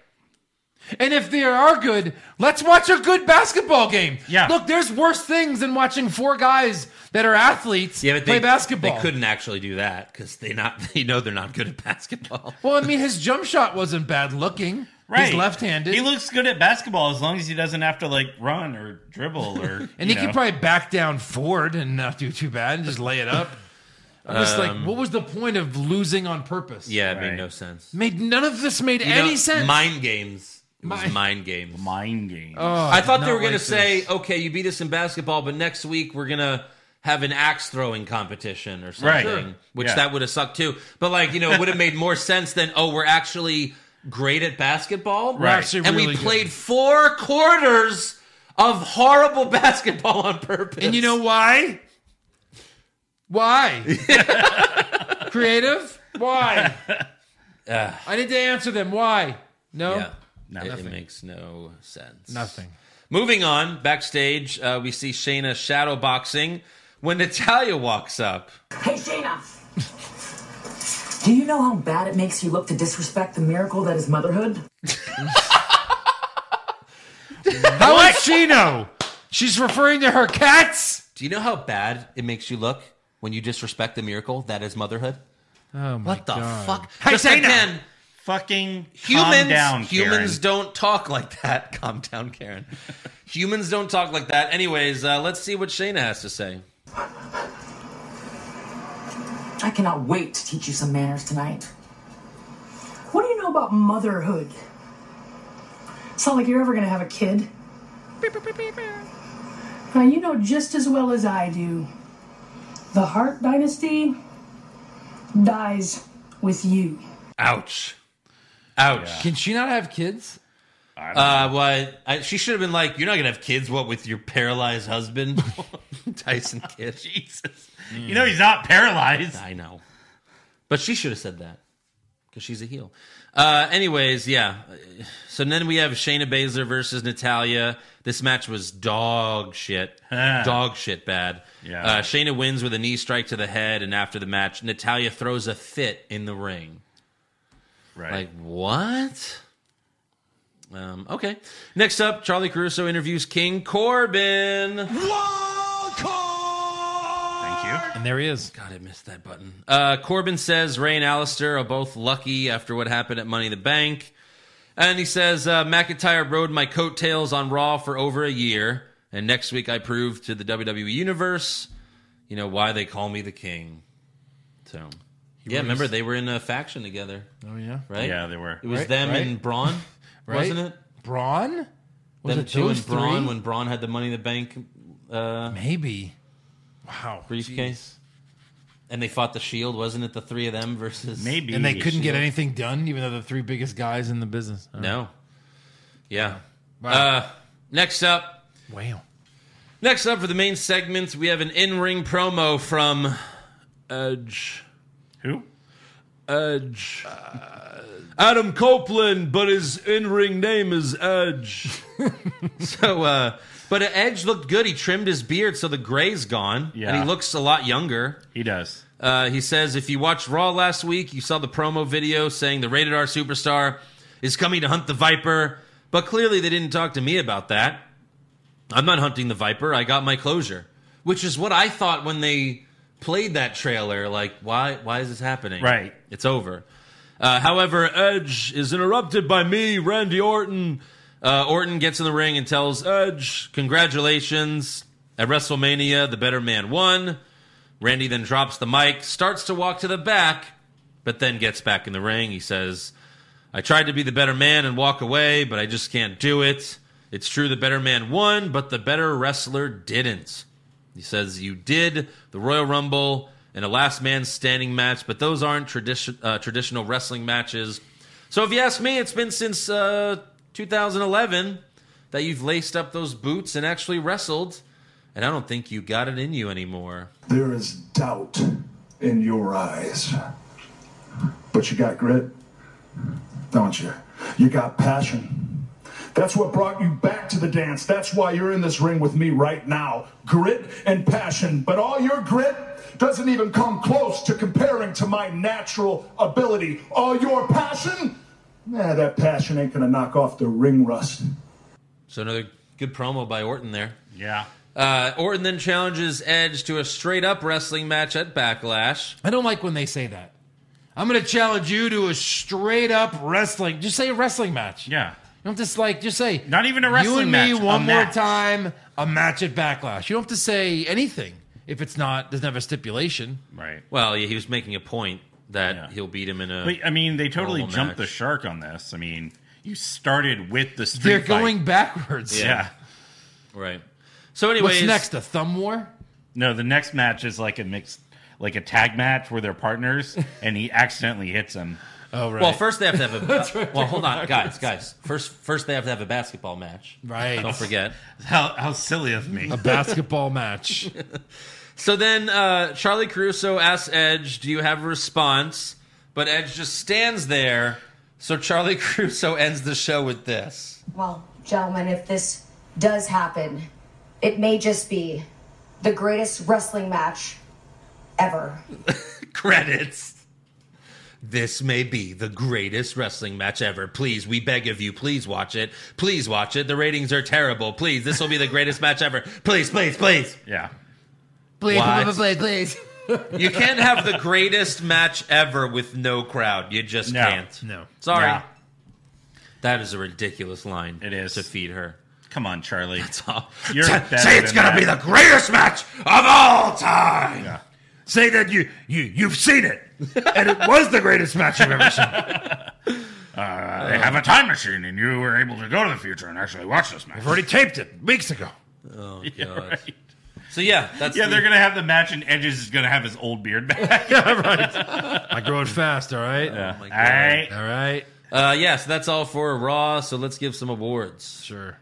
S4: And if they are good, let's watch a good basketball game.
S5: Yeah.
S4: Look, there's worse things than watching four guys that are athletes play basketball.
S3: They couldn't actually do that because they not they know they're not good at basketball.
S4: Well, I mean, his jump shot wasn't bad looking.
S5: Right.
S4: He's left-handed.
S5: He looks good at basketball as long as he doesn't have to like run or dribble or.
S4: and he
S5: you
S4: could
S5: know.
S4: probably back down Ford and not do too bad and just lay it up. I'm just like, what was the point of losing on purpose?
S3: Um, Yeah, it made
S5: Right.
S3: no sense.
S4: Made none of this made
S3: You
S4: any
S3: know,
S4: sense.
S3: Mind games. It was
S4: Mind-
S3: mind games.
S5: mind game.
S4: Oh,
S3: I thought they
S4: not
S3: were going
S4: like
S3: to say,
S4: this.
S3: okay, you beat us in basketball, but next week we're going to have an axe throwing competition or something,
S5: Right. Sure.
S3: which
S5: Yeah.
S3: that would have sucked too. But like, you know, it would have made more sense than, oh, we're actually great at basketball.
S4: We're
S5: Right.
S4: actually
S3: And
S4: really
S3: we
S4: good.
S3: played four quarters of horrible basketball on purpose.
S4: And you know why? Why? Creative? Why? I need to answer them. Why? No.
S3: yeah,
S5: No,
S3: it, it
S5: nothing.
S3: makes no sense.
S4: Nothing.
S3: Moving on backstage, uh, we see Shayna shadow boxing when Natalia walks up.
S7: Hey, Shayna. Do you know how bad it makes you look to disrespect the miracle that is motherhood?
S4: How would she know? She's referring to her cats.
S3: Do you know how bad it makes you look when you disrespect the miracle that is motherhood?
S4: Oh my
S3: What the fuck?
S4: Hey,
S3: Just
S4: Shayna!
S3: again,
S5: Fucking
S3: humans
S5: calm down,
S3: humans
S5: Karen.
S3: don't talk like that. Calm down, Karen. humans don't talk like that. Anyways, uh, let's see what Shayna has to say.
S7: I cannot wait to teach you some manners tonight. What do you know about motherhood? It's not like you're ever going to have a kid. Now, you know just as well as I do. The Hart dynasty dies with you.
S3: Ouch. Ouch.
S4: Can she not have kids?
S3: Uh, what? I, she should have been like, "You're not gonna have kids, what with your paralyzed husband, Tyson Kidd."
S5: Jesus. You know he's not paralyzed.
S3: I know, but she should have said that because she's a heel. Uh, anyways, yeah. So then we have Shayna Baszler versus Natalia. This match was dog shit, dog shit bad.
S5: Yeah.
S3: Uh, Shayna wins with a knee strike to the head, and after the match, Natalia throws a fit in the ring.
S5: Right.
S3: Like what? Um, okay. Next up, Charlie Caruso interviews King Corbin.
S5: Thank you.
S4: And there he is.
S3: God, I missed that button. Uh, Corbin says Ray and Alistair are both lucky after what happened at Money in the Bank. And he says, uh, McIntyre rode my coattails on Raw for over a year. And next week I prove to the WWE Universe, you know, why they call me the king. So, yeah, remember they were in a faction together,
S4: Oh yeah.
S3: right?
S5: Yeah, they were.
S3: It was
S4: Right,
S3: them
S4: right.
S3: and Braun, wasn't it?
S4: Braun? Was
S3: them
S4: it
S3: two
S4: those
S3: and Braun
S4: three?
S3: when Braun had the Money in the Bank uh,
S4: Maybe. Wow.
S3: briefcase. And they fought the Shield, wasn't it? The three of them versus
S5: Maybe.
S4: Jeez. And they couldn't get
S3: Shield.
S4: anything done, even though the three biggest guys in the business. Oh,
S3: No. Yeah.
S4: Wow.
S3: Uh, next up,
S4: wow.
S3: next up for the main segments, we have an in-ring promo from Edge.
S5: Who?
S3: Edge. Adam Copeland, but his in-ring name is Edge. so, uh, but Edge looked good. He trimmed his beard, so the gray's gone, and
S5: Yeah.
S3: he looks a lot younger.
S5: He does.
S3: Uh, he says, if you watched Raw last week, you saw the promo video saying the rated R superstar is coming to hunt the Viper, but clearly they didn't talk to me about that. I'm not hunting the Viper. I got my closure, which is what I thought when they played that trailer. Like, why? Why is this happening?
S5: Right.
S3: It's over. Uh, however, Edge is interrupted by me, Randy Orton. Uh, Orton gets in the ring and tells Edge, "Congratulations at WrestleMania, the better man won." Randy then drops the mic, starts to walk to the back, but then gets back in the ring. He says, I tried to be the better man and walk away, but I just can't do it. It's true the better man won, but the better wrestler didn't. He says, You did the Royal Rumble and a last man standing match, but those aren't tradi- uh, traditional wrestling matches. So if you ask me, it's been since uh, 2011 that you've laced up those boots and actually wrestled, and I don't think you got it in you anymore.
S8: There is doubt in your eyes. But you got grit, don't you? You got passion. That's what brought you back to the dance. That's why you're in this ring with me right now. Grit and passion. But all your grit doesn't even come close to comparing to my natural ability. All your passion? Nah, that passion ain't gonna knock off the ring rust.
S3: So another good promo by Orton there.
S5: Yeah.
S3: Uh, Orton then challenges Edge to a straight up wrestling match at Backlash.
S4: I don't like when they say that. I'm going to challenge you to a straight up wrestling. Just say a wrestling match.
S5: Yeah.
S4: You don't just like just say
S5: Not even a
S4: You
S5: wrestling
S4: and
S5: match,
S4: me
S5: a
S4: one more
S5: match."
S4: time. A match at Backlash. You don't have to say anything if it's not doesn't have a stipulation.
S5: Right.
S3: Well, yeah, he was making a point that
S5: Yeah.
S3: he'll beat him in a.
S5: But I mean, they totally
S3: Normal match.
S5: jumped the shark on this. I mean, you started with the street.
S4: They're
S5: fight.
S4: going backwards.
S5: Yeah.
S3: right. So, anyways,
S4: What's next? A thumb war?
S5: No, the next match is like a mixed, like a tag match where they're partners, and he accidentally hits him,
S4: Oh, right.
S3: Well, first they have to have a. well, hold on, guys, guys. First, first they have to have a basketball match.
S4: Right.
S3: Don't forget.
S5: How, how silly of me.
S4: a basketball match.
S3: So then uh, Charlie Caruso asks Edge, "Do you have a response?" But Edge just stands there. So Charlie Caruso ends the show with this.
S9: Well, gentlemen, if this does happen, it may just be the greatest wrestling match ever.
S3: Credits. This may be the greatest wrestling match ever. Please, we beg of you, please watch it. Please watch it. The ratings are terrible. Please, this will be the greatest match ever. Please, please, please.
S5: Yeah.
S4: please,
S3: What?
S4: please, please.
S3: You can't have the greatest match ever with no crowd. You just
S5: No.
S3: can't.
S4: No.
S3: Sorry.
S5: Yeah.
S3: That is a ridiculous line.
S5: It is.
S3: To feed her.
S5: Come on, Charlie.
S3: So-
S5: You're
S1: Say-
S5: better
S1: say it's
S5: than
S1: gonna
S5: that.
S1: be the greatest match of all time.
S5: Yeah.
S1: Say that you you you've seen it, and it was the greatest match you've ever seen.
S5: Uh, they have a time machine, and you were able to go to the future and actually watch this match.
S1: I've already taped it weeks ago.
S3: Oh,
S5: Yeah,
S3: God.
S5: right.
S3: So, yeah, that's.
S5: Yeah,
S3: the-
S5: they're gonna have the match, and Edges is gonna have his old beard back.
S4: I grow it fast, all right?
S1: Oh
S5: Yeah.
S3: my
S5: All
S3: God.
S5: right.
S4: All right.
S3: Uh, yeah, so that's all for Raw. So let's give some awards.
S4: Sure.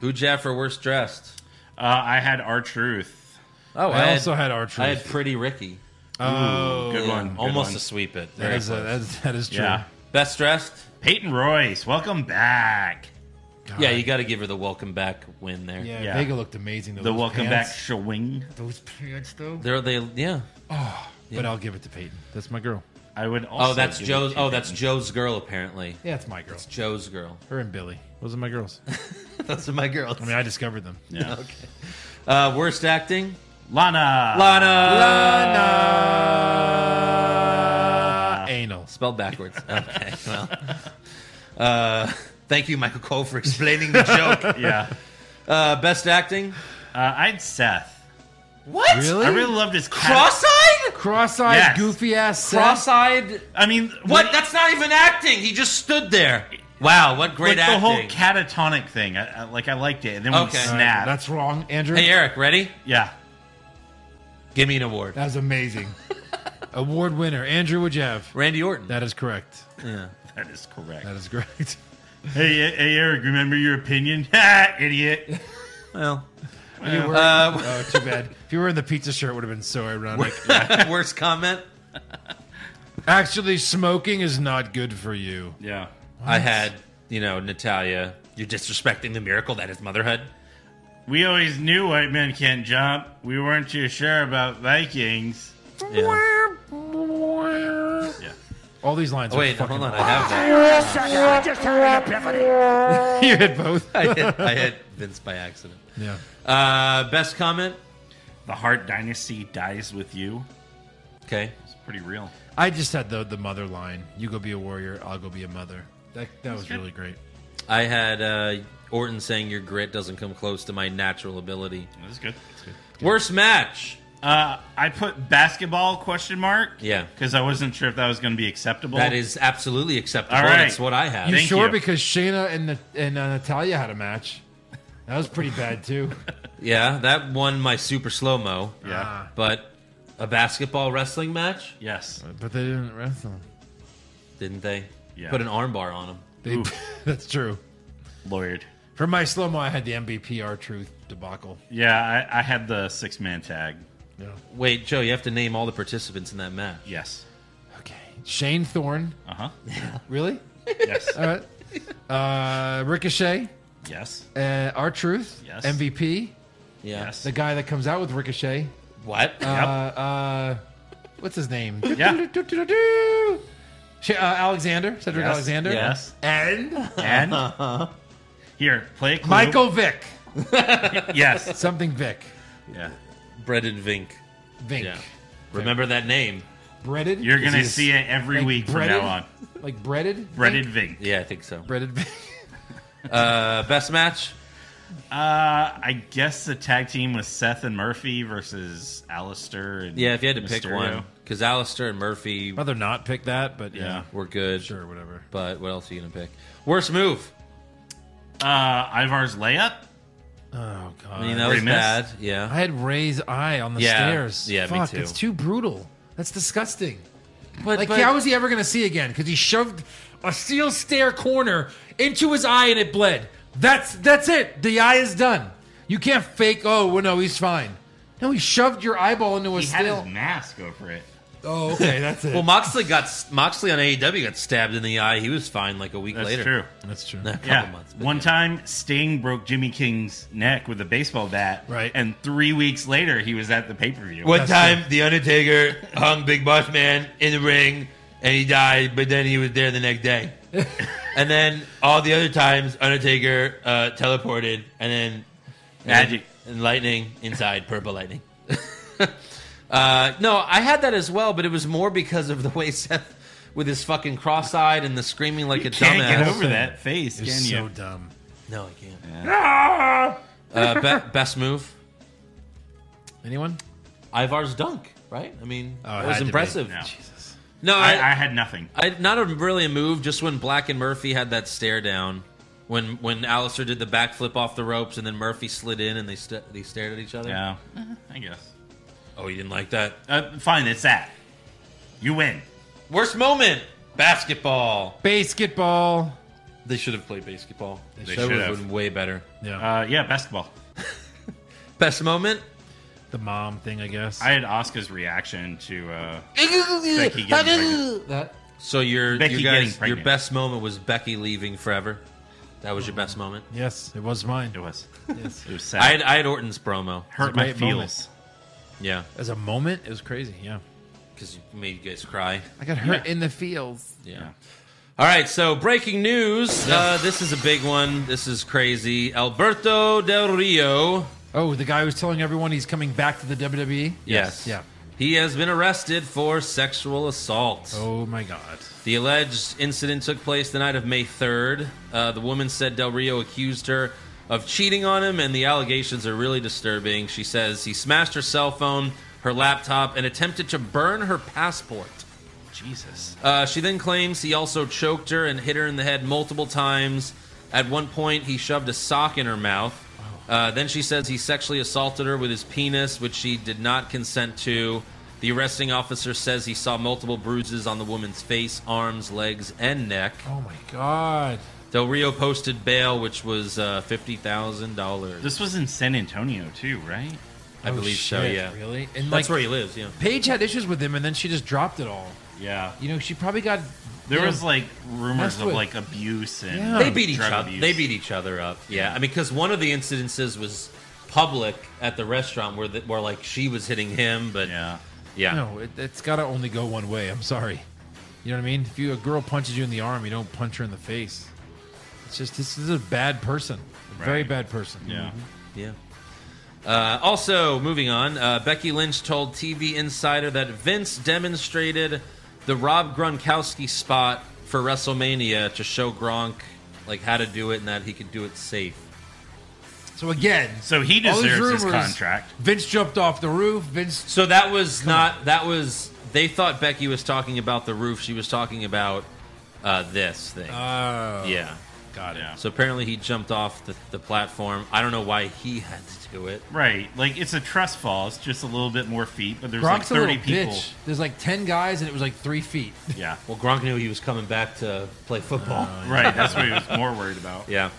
S3: Who Jeff for worst dressed?
S5: Uh, I had our truth.
S3: Oh,
S4: I also had our
S3: I had
S4: truth.
S3: Pretty Ricky.
S4: Oh,
S5: Good one. good
S3: Almost
S5: one.
S3: to sweep it.
S4: that
S3: Very
S4: is, a,
S3: close.
S4: that, is, that is true.
S5: Yeah.
S3: Best dressed?
S5: Peyton Royce, welcome back.
S4: God.
S3: Yeah, you got to give her the welcome back win there.
S4: Yeah,
S5: Yeah.
S4: Vega looked amazing. Though.
S5: The
S4: Those
S5: welcome back
S4: pants,
S5: showing.
S4: Those pants, though.
S3: There they yeah.
S4: But I'll give it to Peyton. That's my girl.
S5: I would also.
S3: Oh, that's
S5: give it
S3: Joe's.
S5: to
S3: Oh,
S5: Peyton.
S3: that's Joe's girl apparently.
S4: Yeah, it's my girl.
S3: Joe's girl.
S4: Her and Billy. Those are my girls.
S3: Those are my girls.
S4: I mean, I discovered them.
S5: Yeah.
S3: Uh, worst acting?
S5: Lana.
S3: Lana.
S4: Anal.
S3: Spelled backwards. Okay. Well. Uh, thank you, Michael Cole, for explaining the joke.
S5: Yeah.
S3: Uh, best acting?
S5: Uh, I'd Seth.
S3: What?
S4: Really?
S5: I really loved his cat-
S3: Cross-eyed?
S4: Cross-eyed,
S5: Yes.
S4: goofy ass.
S3: Cross-eyed?
S5: I mean,
S3: What? That's not even acting. He just stood there. Wow, what
S5: like
S3: great
S5: the
S3: acting.
S5: whole catatonic thing. I, I, like I liked it. And then when
S3: Okay.
S5: he
S3: All
S5: snapped.
S4: That's wrong, Andrew.
S3: hey, Eric, ready?
S5: yeah.
S3: Give me an award.
S4: That was amazing. Award winner, Andrew would you have?
S3: Randy Orton.
S4: That is correct.
S5: That is correct.
S4: That is correct.
S5: Hey, eh, hey, Eric, remember your opinion? Ha, idiot.
S3: well,
S4: You were-
S3: uh,
S4: oh, too bad. If you were in the pizza shirt, it would have been so ironic.
S3: worst comment?
S4: Actually, smoking is not good for you.
S5: Yeah.
S3: I had, you know, Natalia. You're disrespecting the miracle that is motherhood.
S5: We always knew white men can't jump. We weren't too sure about Vikings.
S3: Yeah.
S5: Yeah.
S4: All these lines.
S3: Oh, Wait,
S4: are
S3: hold on. I
S4: fucking-
S3: have that.
S4: you hit both.
S3: I hit, I hit Vince by accident.
S4: yeah.
S3: Uh, best comment?
S5: The Heart Dynasty dies with you.
S3: Okay.
S5: It's pretty real.
S4: I just had the the mother line. You go be a warrior. I'll go be a mother. That that was really great.
S3: I had uh, Orton saying your grit doesn't come close to my natural ability.
S5: That's good.
S3: Worst match?
S5: Uh, I put basketball question mark.
S3: Yeah.
S5: Because I wasn't sure if that was going to be acceptable.
S3: That is absolutely acceptable.
S5: All right.
S3: That's what I have.
S4: You
S5: Thank
S4: sure?
S5: you.
S4: Because Shayna and the, and uh, Natalia had a match. That was pretty bad too.
S3: yeah, that won my super slow mo.
S5: Yeah.
S4: Ah,
S3: But a basketball wrestling match?
S5: yes.
S4: but they didn't wrestle.
S3: Didn't they?
S5: Yeah.
S3: Put an armbar on him.
S4: They, that's true.
S5: Lawyered.
S4: For my slow mo, I had the MVP R Truth debacle.
S5: Yeah, I, I had the six man tag.
S4: Yeah.
S3: Wait, Joe, you have to name all the participants in that match.
S5: Yes.
S4: Okay. Shane Thorne.
S5: Uh huh.
S4: Really?
S5: Yes.
S4: All right. Uh, Ricochet.
S5: yes.
S4: Uh, R Truth.
S5: Yes.
S4: MVP.
S3: Yeah.
S5: Yes.
S4: The guy that comes out with Ricochet.
S3: What?
S4: Uh, uh, what's his name?
S5: Yeah.
S4: Do-do-do-do-do-do. Sh- uh, Alexander. Cedric
S5: Yes.
S4: Alexander.
S5: Yes.
S4: And
S5: And here, play a clue.
S4: uh-huh. Michael Vick.
S5: Yes.
S4: Something Vick.
S5: Yeah.
S3: Breaded Vink.
S4: Vink.
S3: Yeah. Remember that name?
S4: Breaded.
S5: You're gonna
S4: Is
S5: see
S4: he
S5: it every
S4: like
S5: week from
S4: breaded?
S5: now on.
S4: Like breaded.
S5: Breaded
S4: Vink?
S5: Vink.
S3: Yeah, I think so.
S4: Breaded Vick.
S3: Uh, best match?
S5: Uh, I guess the tag team was Seth and Murphy versus Alistair and
S3: Yeah, if you had to pick
S5: Mysterio.
S3: one. Because Alistair and Murphy
S4: Rather not pick that, but yeah.
S5: Yeah.
S3: were good.
S4: Sure, whatever.
S3: But what else are you going to pick? Worst move?
S5: Uh, Ivar's layup.
S4: Oh god.
S3: I mean, that
S5: Three
S3: was
S5: minutes?
S3: bad. Yeah.
S4: I had Ray's eye on the
S3: Yeah.
S4: stairs.
S3: Yeah, me
S4: Fuck,
S3: too.
S4: It's too brutal. That's disgusting.
S3: But,
S4: Like,
S3: but-
S4: how is he ever going to see again? Because he shoved a steel stair corner into his eye and it bled. That's that's it. The eye is done. You can't fake. Oh well, no, he's fine. No, he shoved your eyeball into a
S5: He had
S4: steel.
S5: his mask over it.
S4: Oh, okay, that's it.
S3: well, Moxley got Moxley on AEW got stabbed in the eye. He was fine like a week
S5: That's
S3: later.
S5: true.
S4: that's true.
S3: A couple
S5: Yeah.
S3: months. but
S5: One
S3: yeah.
S5: time, Sting broke Jimmy King's neck with a baseball bat.
S4: Right.
S5: And three weeks later, he was at the pay per view.
S1: One
S4: That's
S1: time, The Undertaker hung Big Boss Man in the ring, and he died. But then he was there the next day. and then all the other times, Undertaker uh, teleported, and then and
S5: Magic.
S1: then- and lightning inside, purple lightning.
S3: Uh, no, I had that as well, but it was more because of the way Seth with his fucking cross-eyed and the screaming like a
S5: Can't
S3: dumbass.
S5: get over that face,
S4: You're
S5: can
S4: so
S5: you? Ah!
S4: dumb.
S3: No, I can't. Uh, be- best move,
S4: Anyone?
S3: Ivar's dunk. Right? I mean,
S4: Oh, it
S3: that
S4: had
S3: was
S4: to be.
S3: impressive.
S5: No.
S3: No,
S5: I,
S3: I,
S5: I had nothing.
S3: I, not a, really a move. Just when Black and Murphy had that stare down, when when Alistair did the backflip off the ropes, and then Murphy slid in and they st- they stared at each other.
S5: Yeah. Uh-huh. I guess.
S3: Oh, you didn't like that.
S5: Uh, fine, it's that. You win.
S3: Worst moment. Basketball.
S4: Basketball.
S3: They should have played basketball. They,
S5: should
S3: would
S5: have.
S3: been way better.
S4: Yeah.
S5: Uh, yeah, basketball.
S3: Best moment.
S4: the mom thing, I guess.
S5: I had Oscar's reaction to uh, Becky getting pregnant.
S4: that.
S3: So your
S5: Becky
S3: you
S5: getting
S3: guys your
S5: pregnant.
S3: best moment was Becky leaving forever. That was your best moment.
S4: Yes, it was mine.
S5: It was. It was sad.
S3: I had, I had Orton's promo.
S5: hurt my
S4: Great
S5: feels.
S4: moment.
S3: Yeah,
S4: As a moment, it was crazy. Yeah.
S3: because you made you guys cry.
S4: I got hurt in the fields.
S3: Yeah. All right. So breaking news. Uh, this is a big one. This is crazy. Alberto Del Rio.
S4: Oh, the guy who's telling everyone he's coming back to the WWE.
S3: Yes.
S4: Yeah.
S3: He has been arrested for sexual assault.
S4: Oh my God.
S3: The alleged incident took place the night of May 3rd. Uh, the woman said Del Rio accused her of cheating on him, and the allegations are really disturbing. She says he smashed her cell phone, her laptop, and attempted to burn her passport.
S5: Jesus.
S3: Uh, she then claims he also choked her and hit her in the head multiple times. At one point, he shoved a sock in her mouth. Uh, then she says he sexually assaulted her with his penis, which she did not consent to. The arresting officer says he saw multiple bruises on the woman's face, arms, legs, and neck.
S4: Oh my God.
S3: Del Rio posted bail, which was uh, fifty thousand dollars.
S5: This was in San Antonio too, right?
S3: I
S4: Oh,
S3: believe so.
S4: shit,
S3: Yeah,
S4: Really? And
S3: that's
S4: like
S3: where he lives. Yeah,
S4: Paige had issues with him, and then she just dropped it all.
S5: Yeah.
S4: You know, she probably got.
S5: There
S4: you know,
S5: was like rumors
S4: messed
S5: of
S4: with-
S5: like abuse and
S4: Yeah.
S3: they beat each
S5: drug
S3: other.
S5: abuse.
S3: They beat each other up. Yeah, I mean, because one of the incidences was public at the restaurant where the, where like she was hitting him, but yeah,
S5: Yeah.
S4: No, it, it's got to only go one way. I'm sorry. You know what I mean? If you a girl punches you in the arm, you don't punch her in the face. It's just this is a bad person, a very
S5: Right.
S4: bad person.
S5: Yeah.
S3: yeah. Uh, also, moving on, uh, Becky Lynch told TV Insider that Vince demonstrated the Rob Gronkowski spot for WrestleMania to show Gronk like how to do it and that he could do it safe.
S4: So again,
S5: So he
S4: all these
S5: deserves his
S4: rumors,
S5: contract.
S4: Vince jumped off the roof. Vince.
S3: So that was not that was they thought Becky was talking about the roof. She was talking about uh, this thing.
S4: Oh,
S3: yeah.
S4: got it.
S5: Yeah.
S3: So apparently he jumped off the, the platform. I don't know why he had to do it.
S5: Right. Like it's a trust fall. It's just a little bit more feet, but there's
S4: Gronk's a
S5: like 30
S4: little
S5: people.
S4: bitch. There's like ten guys, and it was like three feet.
S5: Yeah.
S3: Well, Gronk knew he was coming back to play football.
S5: Right. That's what he was more worried about.
S3: Uh, yeah.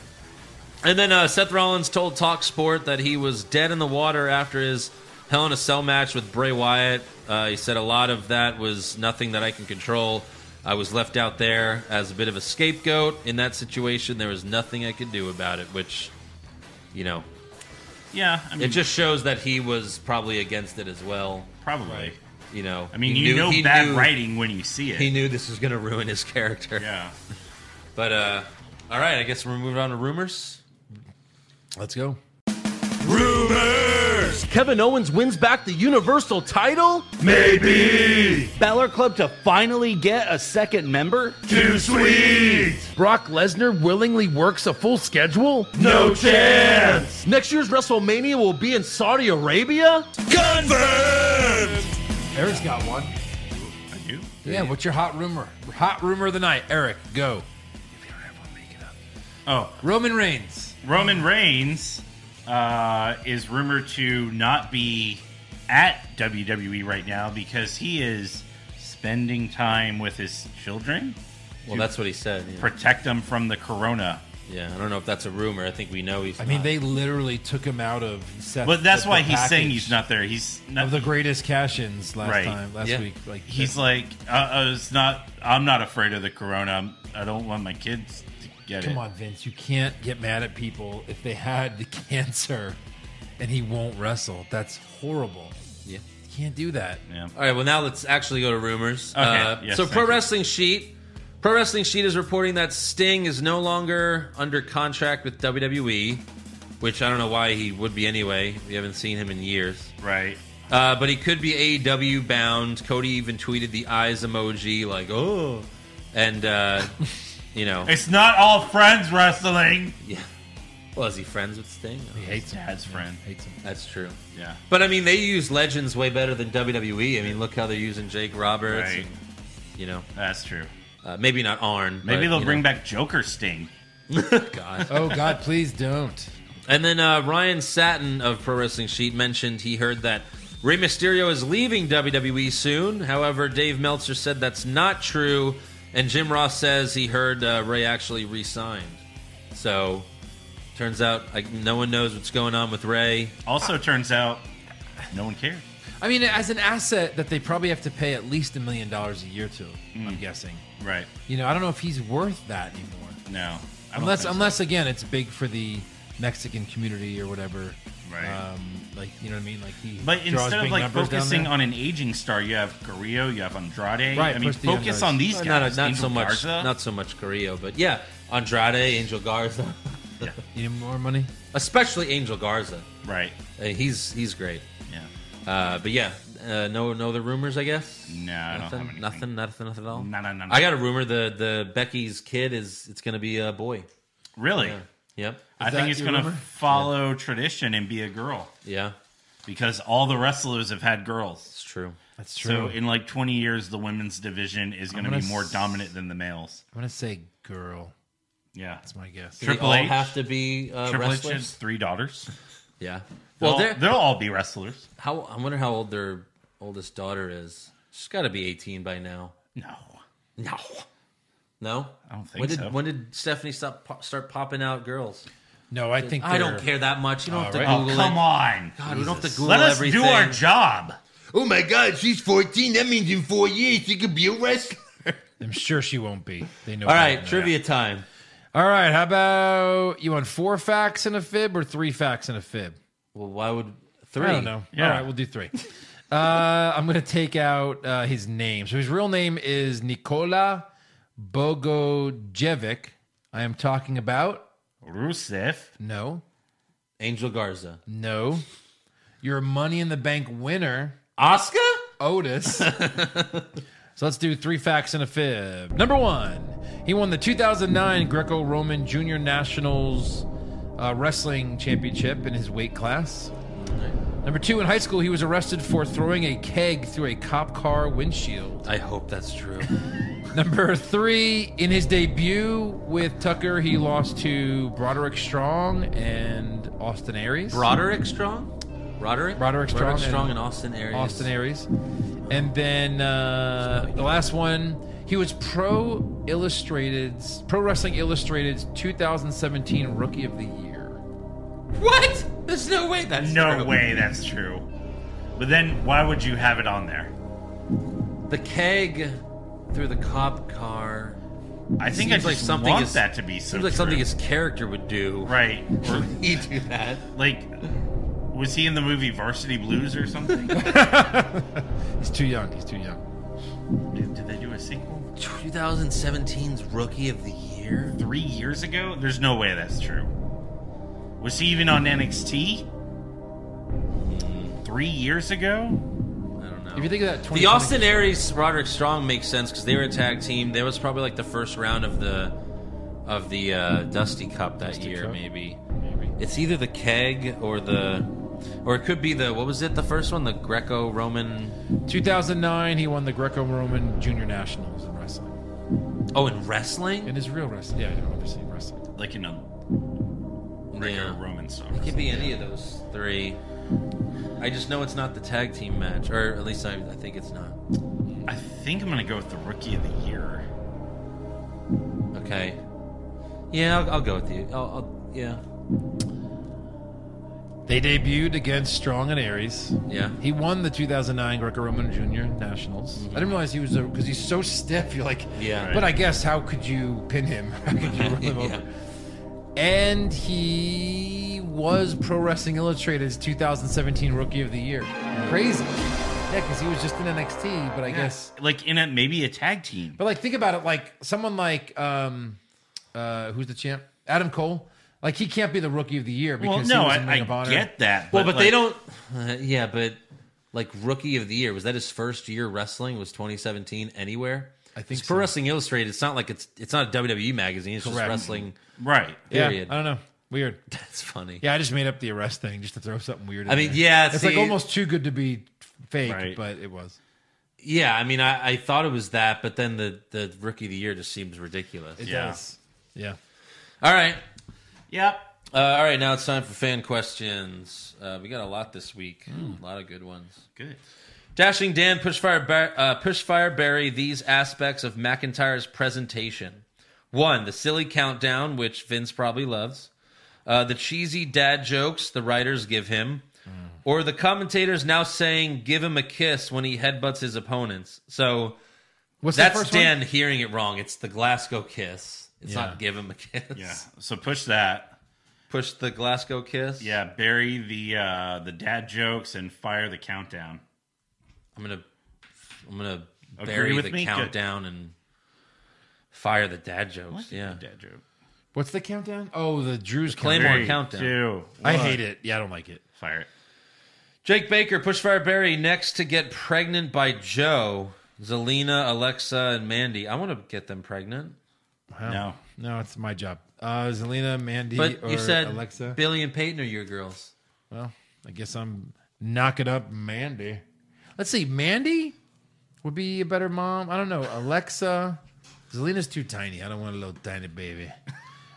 S3: And then uh, Seth Rollins told Talk Sport that he was dead in the water after his Hell in a Cell match with Bray Wyatt. Uh, he said a lot of that was nothing that I can control. I was left out there as a bit of a scapegoat in that situation. There was nothing I could do about it, which, you know,
S5: Yeah. I mean,
S3: it just shows that he was probably against it as well.
S5: probably.
S3: You know,
S5: I mean,
S3: he
S5: you
S3: knew-
S5: know
S3: he
S5: bad
S3: knew-
S5: writing when you see it.
S3: He knew this was going to ruin his character.
S5: yeah.
S3: But uh, all right, I guess we're moving on to rumors.
S4: Let's go.
S10: Kevin Owens wins back the Universal title?
S1: Maybe
S10: Balor Club to finally get a second member?
S1: too sweet.
S10: Brock Lesnar willingly works a full schedule?
S1: No chance.
S10: Next year's WrestleMania will be in Saudi Arabia?
S1: Confirmed.
S4: Eric's got one.
S5: I do.
S4: Yeah. What's your hot rumor? Hot rumor of the night, Eric. Go.
S5: Oh,
S4: Roman Reigns.
S5: Roman Oh, Reigns. uh, is rumored to not be at WWE right now because he is spending time with his children,
S3: Well, that's what he said. Yeah.
S5: protect them from the corona.
S3: Yeah, I don't know if that's a rumor. I think we know he's.
S4: I mean,
S3: not.
S4: they literally took him out of. Seth,
S5: But that's
S4: the-
S5: why
S4: the
S5: he's saying
S4: package
S5: he's not there. He's not.
S4: of the greatest cash-ins last
S5: Right.
S4: time last
S3: Yeah.
S4: week. Like
S5: he's like, uh, uh, it's not. I'm not afraid of the corona. I don't want my kids to get it.
S4: Come on, Vince. You can't get mad at people if they had the cancer and he won't wrestle. That's horrible.
S3: Yeah.
S4: You can't do that.
S5: Yeah.
S3: All right, well, now let's actually go to rumors.
S5: Okay,
S3: Uh,
S5: yes,
S3: so,
S5: thank
S3: Pro
S5: you.
S3: Wrestling Sheet. Pro Wrestling Sheet is reporting that Sting is no longer under contract with WWE, which I don't know why he would be anyway. We haven't seen him in years.
S5: Right.
S3: Uh, but he could be AEW bound. Cody even tweeted the eyes emoji, like, oh. And, uh, you know,
S5: It's not all friends wrestling.
S3: yeah. Well, is he friends with Sting?
S4: He hates him.
S5: Dad's friend.
S4: Hates him.
S3: That's true.
S5: Yeah.
S3: But I mean, they use legends way better than WWE. I mean, look how they're using Jake Roberts.
S5: Right.
S3: and, you know,
S5: That's true.
S3: uh, maybe not Arn.
S5: Maybe
S3: but,
S5: they'll
S3: you
S5: bring
S3: know.
S5: back Joker Sting.
S3: God.
S4: Oh God, please don't.
S3: And then uh, Ryan Satin of Pro Wrestling Sheet mentioned he heard that Rey Mysterio is leaving WWE soon. However, Dave Meltzer said that's not true, and Jim Ross says he heard uh, Rey actually re-signed. So, turns out like, no one knows what's going on with Rey.
S4: Ah.
S5: Also, turns out no one cared.
S4: I mean, as an asset that they probably have to pay at least a million dollars a year to. I'm
S5: Mm.
S4: guessing.
S5: Right.
S4: You know, I don't know if he's worth that anymore.
S5: No. I don't
S4: Unless,
S5: think so.
S4: unless again, it's big for the Mexican community or whatever.
S5: Right.
S4: Um, like you know what I mean? Like he.
S5: But
S4: draws
S5: instead of
S4: big
S5: like
S4: numbers down
S5: focusing
S4: there.
S5: on an aging star, you have Carrillo, you have Andrade.
S4: Right,
S5: I mean,
S4: first the young
S5: focus
S4: guys.
S5: on these
S3: Not,
S5: guys.
S3: not
S5: Angel
S3: so much,
S5: Garza.
S3: not so much Carrillo, but yeah, Andrade, Angel Garza,
S4: you need more money.
S3: especially Angel Garza.
S5: Right.
S3: Uh, he's he's great.
S5: Yeah.
S3: Uh, but yeah, uh, no no other rumors, I guess.
S5: No, I don't
S3: nothing,
S5: have anything.
S3: nothing, nothing, nothing at all.
S5: No, no, no, no.
S3: I got a rumor the the Becky's kid is it's gonna be a boy.
S5: Really?
S3: Yep.
S5: I
S4: that
S5: think it's
S4: your
S5: going to
S4: rumor?
S5: follow tradition and be a girl
S3: Yeah,
S5: because all the wrestlers have had girls.
S3: it's true.
S4: That's
S5: So in like 20 years, the women's division is going to
S4: gonna
S5: be more
S4: s-
S5: dominant than the males.
S4: I'm gonna say girl.
S5: Yeah.
S4: That's my guess.
S3: They
S5: Triple
S3: all
S5: H.
S3: have to be uh,
S5: Triple H
S3: wrestlers.
S5: has three daughters.
S3: Yeah.
S5: Well,
S3: Well, they're,
S5: they'll all be wrestlers.
S3: how I wonder how old their oldest daughter is. She's got to be eighteen by now.
S5: No.
S3: No. No.
S5: I don't think
S3: when did,
S5: so.
S3: When did Stephanie stop po- start popping out girls?
S4: No, I think
S3: I
S4: they're-
S3: don't care that much. You don't have to
S5: Oh,
S3: Google
S5: come
S3: it.
S5: on.
S3: God, we don't have to Google
S5: Let us
S3: everything.
S5: do our job.
S1: Oh my God, she's 14. That means in four years she could be a wrestler.
S4: I'm sure she won't be. They know.
S3: All
S4: better
S3: right,
S4: than
S3: trivia time.
S4: that. All right. How about you want four facts and a fib or three facts and a fib?
S3: Well, why would three?
S4: I don't know.
S5: Yeah.
S4: All right, we'll do three. uh, I'm gonna take out uh, his name. So his real name is Nikola Bogojevic. I am talking about
S5: Rusev.
S4: no,
S3: Angel Garza.
S4: no. Your Money in the Bank winner
S3: Oscar?
S4: Otis. so let's do three facts and a fib. Number one, he won the 2009 Greco Roman Junior Nationals uh, Wrestling Championship in his weight class. Number two, in high school, he was arrested for throwing a keg through a cop car windshield.
S3: I hope that's true.
S4: Number three, in his debut with Tucker, he lost to Broderick Strong and Austin Aries.
S3: Broderick Strong? Roderick?
S4: Roderick Strong and-
S3: Strong and, Austin Aries.
S4: Austin Aries. And then uh, the last one, he was Pro Illustrated's Pro Wrestling Illustrated's 2017 Rookie of the Year.
S3: What? There's no way that's
S5: No
S3: true.
S5: way that's true. But then why would you have it on there?
S3: The keg through the cop car.
S5: I think
S3: Seems
S5: I just
S3: like something
S5: want
S3: is-
S5: that to be so
S3: Seems like something
S5: true.
S3: his character would do.
S5: right. Or,
S3: He do that.
S5: like, was he in the movie Varsity Blues or something? did,
S4: He's too young. He's too young.
S5: did they do a sequel
S3: 2017's Rookie of the Year?
S5: three years ago? There's no way that's true. Was he even on NXT three years ago?
S3: I don't know.
S4: If you think of that, 20,
S3: The Austin Aries Roderick Strong makes sense because they were a tag team. That was probably like the first round of the of the uh, Dusty Cup that year,
S4: Cup?
S3: maybe. Maybe it's either the keg or the or it could be the what was it the first one the Greco Roman
S4: 2009, he won the Greco-Roman Junior Nationals in wrestling.
S3: oh in wrestling
S4: In his real wrestling, yeah, I don't ever see wrestling.
S5: Like in a Greco-Roman stuff.
S3: Could be any of those three. I just know it's not the tag team match, or at least I, I think it's not.
S5: I think I'm gonna go with the Rookie of the Year.
S3: Okay. Yeah, I'll, I'll go with you. I'll, I'll, yeah,
S4: They debuted against Strong and Aries.
S3: yeah.
S4: He won the 2009 Greco-Roman Junior Nationals. I didn't realize he was because he's so stiff. You're like,
S3: Yeah.
S4: But I guess how could you pin him? How could you run him
S3: Yeah.
S4: over? And he was Pro Wrestling Illustrated's 2017 Rookie of the Year. Crazy. Yeah, because he was just in NXT, but I guess.
S5: Like in a maybe a tag team.
S4: But like, think about it. Like someone like um, uh, who's the champ? Adam Cole. Like he can't be the Rookie of the Year
S5: Well,
S4: because
S5: no,
S4: he was in
S5: I,
S4: Ring of
S5: I
S4: Honor.
S5: get that.
S3: Well, but
S5: like,
S3: they don't. Uh, yeah, but like rookie of the year was that his first year wrestling was 2017 anywhere.
S4: I think
S3: it's Pro
S4: so.
S3: Wrestling Illustrated. It's not like it's it's not a WWE magazine. It's just
S4: Correct.
S3: wrestling.
S5: Right.
S4: Yeah,
S3: Period.
S4: I don't know. Weird.
S3: That's funny.
S4: Yeah, I just made up the arrest thing just to throw something weird. In
S3: I mean,
S4: there.
S3: yeah,
S4: it's like
S3: see-
S4: almost too good to be fake,
S5: Right.
S4: but it was.
S3: Yeah, I mean, I, I thought it was that, but then the the rookie of the year just seems ridiculous.
S5: yeah.
S4: Yeah,
S3: All right,
S5: Yep.
S3: uh, all right. Now it's time for fan questions. Uh, we got a lot this week.
S4: Hmm.
S3: A lot of good ones.
S5: Good.
S3: Dashing Dan Pushfire, Bar- uh, Pushfire Barry, these aspects of McIntyre's presentation. One, the silly countdown, which Vince probably loves, uh, the cheesy dad jokes the writers give him,
S4: Hmm.
S3: or the commentators now saying, give him a kiss when he headbutts his opponents. So
S4: what's the
S3: that's
S4: first
S3: Dan
S4: One?
S3: hearing it wrong. It's the Glasgow kiss. It's
S4: Yeah.
S3: not give him a kiss.
S5: Yeah. So push that.
S3: Push the Glasgow kiss.
S5: Yeah. Bury the uh, the dad jokes and fire the countdown.
S3: I'm gonna I'm gonna
S5: Agree
S3: bury
S5: with
S3: the
S5: me? Good.
S3: countdown and fire the dad jokes. Yeah.
S5: Dad joke.
S4: What's the countdown? Oh, the Drew's countdown.
S3: Claymore
S5: Three,
S3: countdown.
S5: two,
S4: I
S5: one.
S4: hate it. Yeah, I don't like it.
S5: Fire it.
S3: Jake Baker, Pushfire Barry, next to get pregnant by Joe, Zelina, Alexa, and Mandy. I want to get them pregnant.
S5: No.
S4: No, it's my job. Uh, Zelina, Mandy,
S3: But
S4: or
S3: you said
S4: Alexa.
S3: Billy and Peyton are your girls.
S4: well, I guess I'm knocking up Mandy. Let's see, Mandy would be a better mom. I don't know. Alexa, Zelina's too tiny. I don't want a little tiny baby.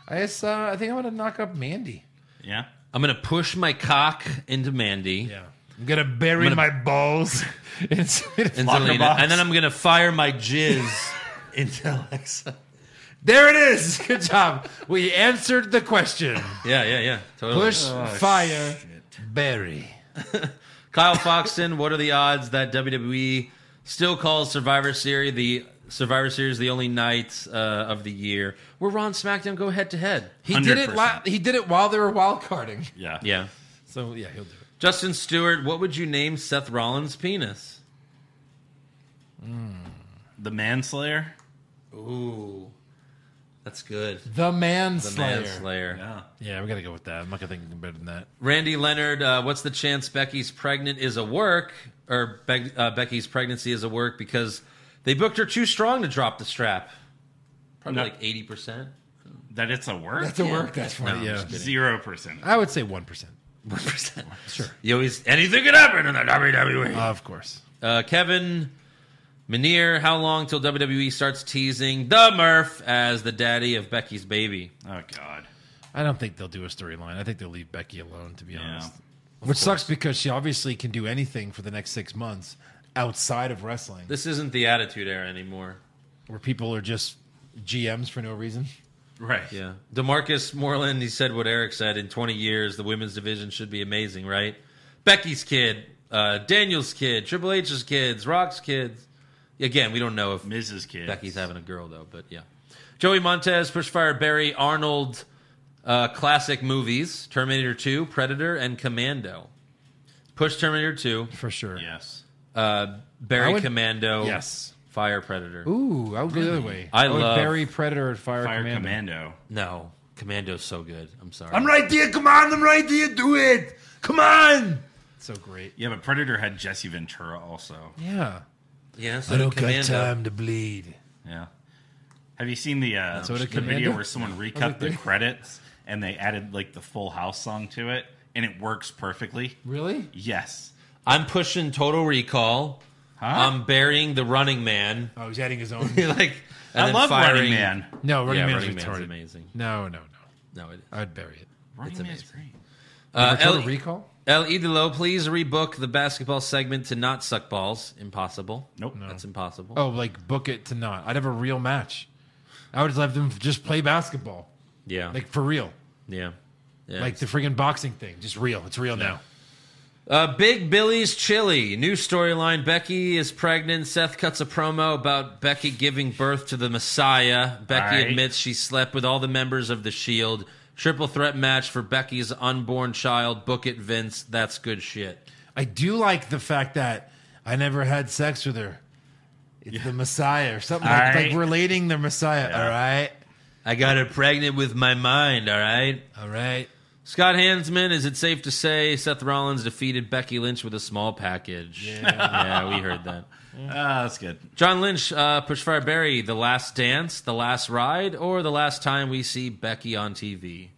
S4: I guess uh, I think I'm gonna knock up Mandy.
S5: Yeah.
S4: Oh.
S3: I'm gonna push my cock into Mandy
S4: Yeah. I'm gonna bury my balls inside
S3: and
S4: a-
S3: Zelina,
S5: box.
S3: and then I'm gonna fire my jizz into Alexa.
S4: There it is. Good job. We answered the question.
S3: Yeah, yeah, yeah. Totally.
S4: Push,
S5: Oh,
S4: fire, bury.
S3: Kyle Foxton, what are the odds that WWE still calls Survivor Series the Survivor Series the only night uh, of the year where Raw and SmackDown go head to head?
S4: He did it. Li-
S5: 100%.
S4: he did it while they were wild carding.
S5: Yeah.
S3: Yeah.
S4: So yeah, he'll do it.
S3: Justin Stewart, what would you name Seth Rollins' penis?
S5: The manslayer.
S3: Ooh, that's good.
S4: The
S3: The
S4: manslayer.
S3: manslayer.
S5: Yeah.
S4: Yeah, we gotta go with that. I'm not gonna think anything better than that.
S3: Randy Leonard, uh, what's the chance Becky's pregnant is a work or Be- uh, Becky's pregnancy is a work because they booked her too strong to drop the strap? Probably
S5: No.
S3: like eighty percent.
S5: That it's a work.
S4: That's a work. That's
S3: No, I'm
S4: funny. yeah.
S3: just kidding.
S5: Zero percent.
S4: I would say one percent.
S3: One percent.
S4: Sure.
S3: You always anything could happen in the WWE.
S4: Of course.
S3: Uh, Kevin Minear, how long till WWE starts teasing the Murph as the daddy of Becky's baby?
S5: Oh God.
S4: I don't think they'll do a storyline. I think they'll leave Becky alone, to be
S5: Yeah.
S4: honest. Which sucks because she obviously can do anything for the next six months outside of wrestling,
S3: This isn't the Attitude Era anymore.
S4: where people are just GMs for no reason.
S5: Right.
S3: Yeah. DeMarcus Moreland, he said what Eric said in 20 years, the women's division should be amazing, right? Becky's kid, uh, Daniel's kid, Triple H's kids, Rock's kids. Again, we don't know if
S5: Mrs. Kid.
S3: Becky's having a girl, though, but yeah. Joey Montez, Pushfire Barry, Arnold, uh, classic movies Terminator 2, Predator, and Commando. Push Terminator 2,
S4: For sure.
S5: Yes.
S3: uh,
S4: I
S3: Barry
S4: would-
S3: Commando,
S4: Yes.
S3: Fire Predator.
S4: Ooh, I would go the other way.
S3: I
S4: would
S3: love-
S4: bury Predator at Fire,
S5: Fire
S4: Commando.
S5: Commando.
S3: No, Commando's so good. I'm sorry.
S10: I'm right there. Come on. I'm right there. Do it. Come on.
S4: So great.
S5: Yeah, but Predator had Jesse Ventura also.
S4: Yeah.
S3: Yeah, so did Commando.
S4: to bleed.
S5: Yeah. Have you seen the uh,
S4: So did
S5: the video
S4: Commando?
S5: where someone recut the credits and they added like the Full House song to it, and it works perfectly?
S4: Really?
S5: Yes.
S3: I'm pushing Total Recall.
S5: Huh?
S3: I'm burying the Running Man.
S4: Oh, he's adding his own.
S3: like and
S5: I
S3: then
S5: love
S3: firing-
S5: Running Man.
S4: no, Running
S3: yeah,
S4: Man's
S3: Running Man's
S4: retarded.
S3: amazing.
S4: No, no, no.
S3: No, it is.
S4: I'd bury it.
S5: Running
S3: It's
S5: Man is
S3: amazing.
S5: great.
S3: Uh,
S4: Puerto
S3: L-
S4: Rico?
S3: El Idolo, please rebook the basketball segment to not suck balls. Impossible.
S5: Nope. No.
S3: That's impossible.
S4: Oh, like book it to not. I'd have a real match. I would just have them just play basketball,
S3: Yeah.
S4: like for real,
S3: yeah. Yeah.
S4: like the friggin' boxing thing, just real. It's real now.
S3: Uh, Big Billy's Chili. New storyline. Becky is pregnant. Seth cuts a promo about Becky giving birth to the Messiah. Becky
S5: Right.
S3: admits she slept with all the members of the Shield. E Triple threat match for Becky's unborn child. Book it, Vince. That's good shit.
S4: I do like the fact that I never had sex with her. It's the Messiah or something
S5: All
S4: like,
S5: right.
S4: like relating the Messiah. All right,
S3: I got her pregnant with my mind, all right?
S4: all right.
S3: Scott Hansman, is it safe to say Seth Rollins defeated Becky Lynch with a small package? Yeah, we heard that.
S5: Ah, that's good.
S3: John Lynch, uh, Pushfire Barry, The Last Dance, The Last Ride, or The Last Time We See Becky on TV?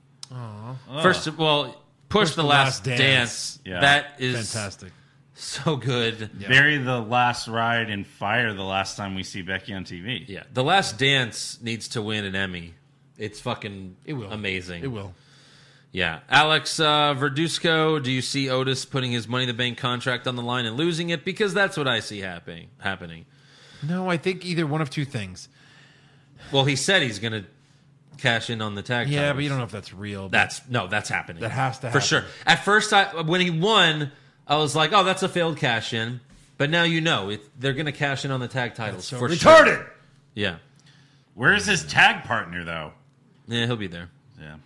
S3: First of all, Push, the, Last, Dance.
S5: Yeah.
S3: That is
S4: Fantastic.
S3: so good. Yeah.
S5: Bury the last ride and fire the last time we see Becky on TV.
S3: The Last Dance needs to win an Emmy. It's fucking
S4: It will.
S3: amazing.
S4: It will.
S3: Yeah. Alex uh, Verduzco, do you see Otis putting his Money in the Bank contract on the line and losing it? Because that's what I see happening. happening.
S4: No, I think either one of two things.
S3: Well, he said he's going to cash in on the tag.
S4: Yeah, but you
S3: titles.
S4: don't know if that's real. but-
S3: That's no, that's happening.
S4: That has to
S3: for
S4: happen.
S3: sure. At first, I when he won, I was like, "Oh, that's a failed cash in." But now you know it, they're going to cash in on the tag titles
S4: so
S3: for sure.
S4: retarded.
S3: Yeah,
S5: Where is his tag partner though?
S3: yeah, he'll be there.
S5: Yeah.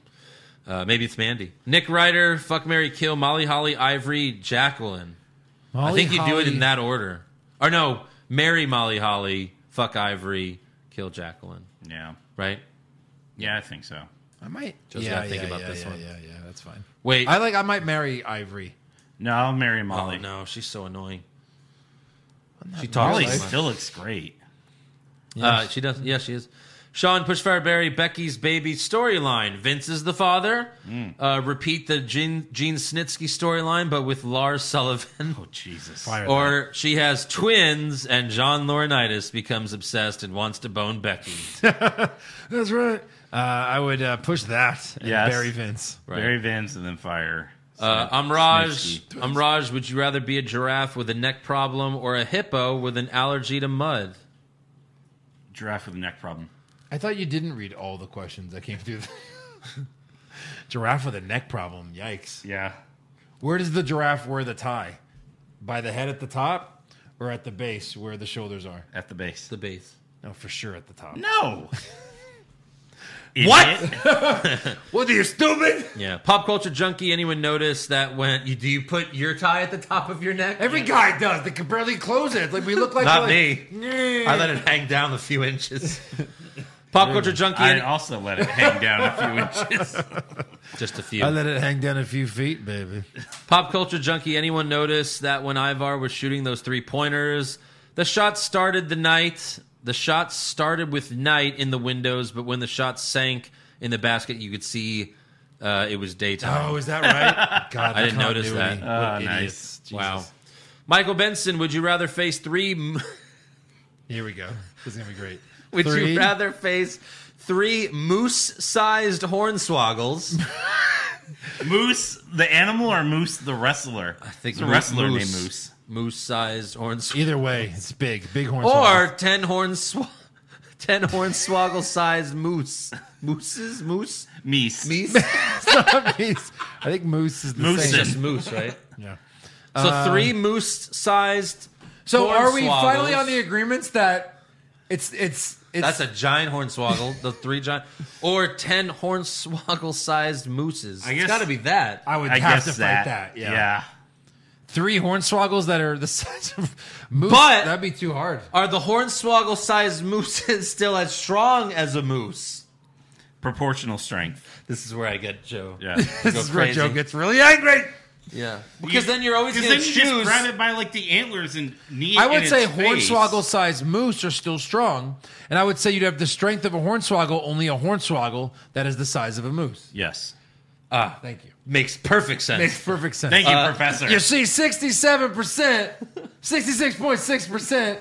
S3: Uh, maybe it's Mandy, Nick Ryder, Fuck Mary Kill, Molly Holly, Ivory, Jacqueline. I think you do it in that order. Or no, Mary Molly Holly, Fuck Ivory, Kill Jacqueline.
S5: Yeah.
S3: Right?
S5: Yeah, I think so.
S4: I might.
S3: Just
S4: yeah,
S3: gotta
S4: yeah,
S3: think about
S4: yeah,
S3: this
S4: yeah,
S3: one.
S4: Yeah, yeah, that's fine.
S3: Wait.
S4: I like. I might marry Ivory.
S5: No, I'll marry
S3: oh
S5: Molly.
S3: no, she's so annoying. She talks.
S5: Molly
S3: so much.
S5: still looks great.
S3: Uh, she does. Yeah, she is. Sean Pushfire Barry, Becky's baby storyline. Vince is the father. Uh, repeat the Gene, Gene Snitsky storyline, but with Lars Sullivan.
S5: Oh Jesus.
S4: Fire that.
S3: Or she has twins, and John Laurinaitis becomes obsessed and wants to bone Becky.
S4: That's right. Uh, I would uh, push that. And
S5: Yes.
S4: Barry Vince.
S5: Barry Vince and then fire.
S3: Uh, Amraj, Amraj, would you rather be a giraffe with a neck problem or a hippo with an allergy to mud?
S5: Giraffe with a neck problem.
S4: I thought you didn't read all the questions that came through. giraffe with a neck problem. Yikes.
S5: Yeah.
S4: Where does the giraffe wear the tie? By the head at the top, or at the base where the shoulders are?
S5: At the base.
S3: The base.
S4: No, for sure at the top.
S5: No.
S3: What?
S5: Idiot.
S10: What are you, stupid?
S3: Yeah. Pop culture junkie. Anyone notice that when you do you put your tie at the top of your neck?
S4: Every guy does. They can barely close it. Like we look like
S1: Not
S4: like,
S1: me.
S4: "Nyeh."
S1: I let it hang down a few inches.
S3: Pop culture junkie.
S5: I also let it hang down a few inches.
S3: just a few.
S4: I let it hang down a few feet, baby.
S3: Pop culture junkie, anyone notice that when Ivar was shooting those three pointers, the shot started the night. The shot started with night in the windows, but when the shot sank in the basket, you could see uh, it was daytime.
S4: Oh, is that right? God,
S3: I
S4: the
S3: didn't notice
S4: continuity.
S3: that.
S4: What
S5: Ah, nice.
S4: idiots. Jesus.
S3: wow. Michael Benson, would you rather face three? m-
S4: Here we go. This is gonna be great.
S3: Would
S4: Three.
S3: you rather face three moose-sized hornswoggles?
S5: Moose the animal or Moose the wrestler? I
S3: think
S5: it's a
S3: Moose-
S5: wrestler
S3: Moose.
S5: named Moose.
S3: Moose-sized hornswoggles,
S4: Either way, it's big, big horn.
S3: or ten hornsw- ten hornswoggle-sized moose? Mooses, moose.
S5: Meese.
S3: Meese?
S4: Moose. I think moose is the
S5: Moose
S4: same.
S5: is-
S3: Just moose, right?
S4: Yeah.
S3: So
S5: Uh,
S3: three moose-sized.
S4: So are we
S3: hornswoggles.
S4: finally on the agreements that it's it's it's
S3: That's a giant hornswoggle. the three giant, or ten hornswoggle-sized mooses.
S5: guess-
S3: it's got to be that.
S4: I would
S5: I
S4: have
S5: guess
S4: to
S5: that.
S4: fight that. Yeah.
S5: yeah.
S4: Three hornswoggles that are the size of moose.
S3: But-
S4: that'd be too hard.
S3: Are the hornswoggle-sized mooses still as strong as a moose?
S5: Proportional strength.
S3: This is where I get Joe.
S5: Yeah.
S4: This
S3: go
S4: is where
S3: crazy.
S4: Joe gets really angry.
S3: yeah. Because then you're always
S5: Because
S3: going
S5: then
S3: to
S5: you just
S3: choose.
S5: grab it by like the antlers and knee. it
S4: I
S5: in
S4: would say
S5: its face.
S4: hornswoggle-sized moose are still strong, and I would say you'd have the strength of a hornswoggle. Only a hornswoggle that is the size of a moose.
S5: Yes.
S4: Thank you.
S3: Makes perfect sense.
S4: Makes perfect sense. Uh,
S5: Thank you, Professor.
S4: You see, sixty-seven percent, sixty-six point six percent.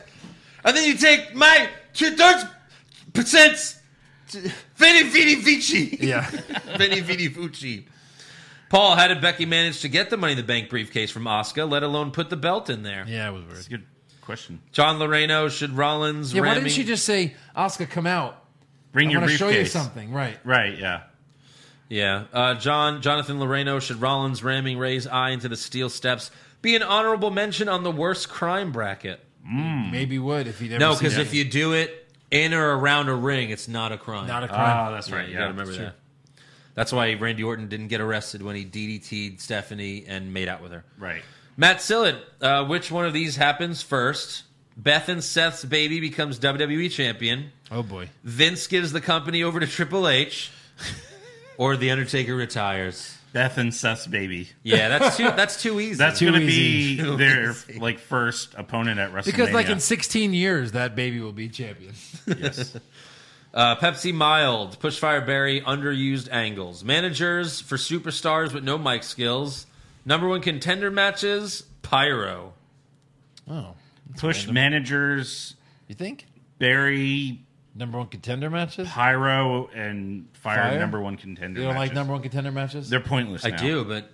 S1: and then you take my two thirds percent. Veni Vidi Vici.
S4: Yeah,
S1: Veni Vidi Fuci.
S3: Paul, how did Becky manage to get the Money in the Bank briefcase from Oscar, let alone put the belt in there?
S4: Yeah, it was weird.
S5: That's a good question.
S3: John Loreno, should Rollins,
S4: Yeah, why
S3: Ramy-
S4: didn't she just say, Oscar, come out?
S5: Bring
S4: I
S5: your
S4: want to
S5: briefcase.
S4: show you something. Right.
S5: Right, yeah.
S3: Yeah. Uh, John Jonathan Loreno, should Rollins, ramming Ray's eye into the steel steps be an honorable mention on the worst crime bracket?
S5: Hmm.
S4: Maybe would if he'd ever
S3: No,
S4: seen
S3: because
S4: it.
S3: if you do it in or around a ring, it's not a crime.
S4: Not a crime.
S5: Oh, that's
S3: Right,
S5: right.
S3: you
S5: Yeah,
S3: gotta remember
S5: that's
S3: that. That's why Randy Orton didn't get arrested when he DDT'd Stephanie and made out with her.
S5: true. Right.
S3: Matt Sillett, uh, which one of these happens first? Beth and Seth's baby becomes WWE champion.
S4: oh, boy.
S3: Vince gives the company over to Triple H, or The Undertaker retires.
S5: Beth and Seth's baby.
S3: Yeah, that's too. That's too easy.
S5: That's
S4: Too
S5: going to
S4: easy.
S5: be their like first opponent at WrestleMania.
S4: Because, like, in 16 years, that baby will be champion.
S5: yes.
S3: Uh, Pepsi Mild, Pushfire Berry, underused angles. Managers for superstars with no mic skills. Number one contender matches, Pyro.
S4: Oh.
S5: push managers
S4: You think?
S5: Barry
S4: Number one contender matches?
S5: Pyro and Fire,
S4: Fire?
S5: number one contender.
S4: You don't like
S5: matches.
S4: number one contender matches?
S5: They're pointless.
S3: I
S5: now.
S3: do, but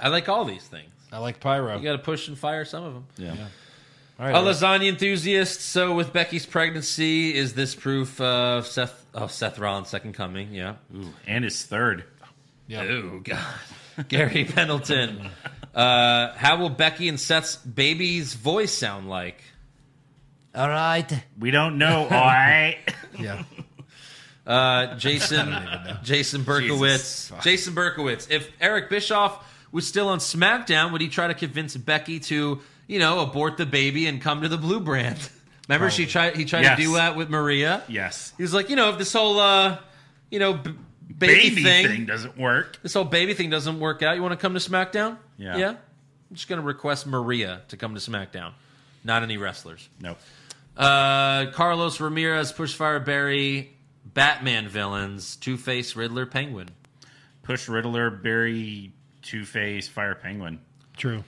S3: I like all these things.
S4: I like Pyro.
S3: You got to push and fire some of them.
S5: Yeah.
S4: All right,
S3: A
S4: let's-
S3: lasagna enthusiast. So with Becky's pregnancy, is this proof of Seth? Oh, Seth Rollins' second coming. Yeah.
S5: Ooh, and his third.
S3: Oh God. Gary Pendleton. Uh, how will Becky and Seth's baby's voice sound like?
S4: All right.
S5: We don't know. All right.
S4: Yeah.
S3: Uh, Jason Jason Berkowitz. Jason Berkowitz. If Eric Bischoff was still on SmackDown, would he try to convince Becky to, you know, abort the baby and come to the Blue Brand? Remember, she tried. He tried
S5: Yes.
S3: to do that with Maria.
S5: yes.
S3: He was like, you know, if this whole, uh, you know, b- baby,
S5: Baby
S3: thing,
S5: thing. doesn't work.
S3: this whole baby thing doesn't work out, you want to come to SmackDown?
S5: Yeah.
S3: Yeah. I'm just going to request Maria to come to SmackDown, not any wrestlers.
S5: Nope.
S3: Uh, Carlos Ramirez, Pushfire Barry, Batman villains, Two Face, Riddler, Penguin.
S5: Push Riddler, Barry, Two Face, Fire Penguin.
S4: True.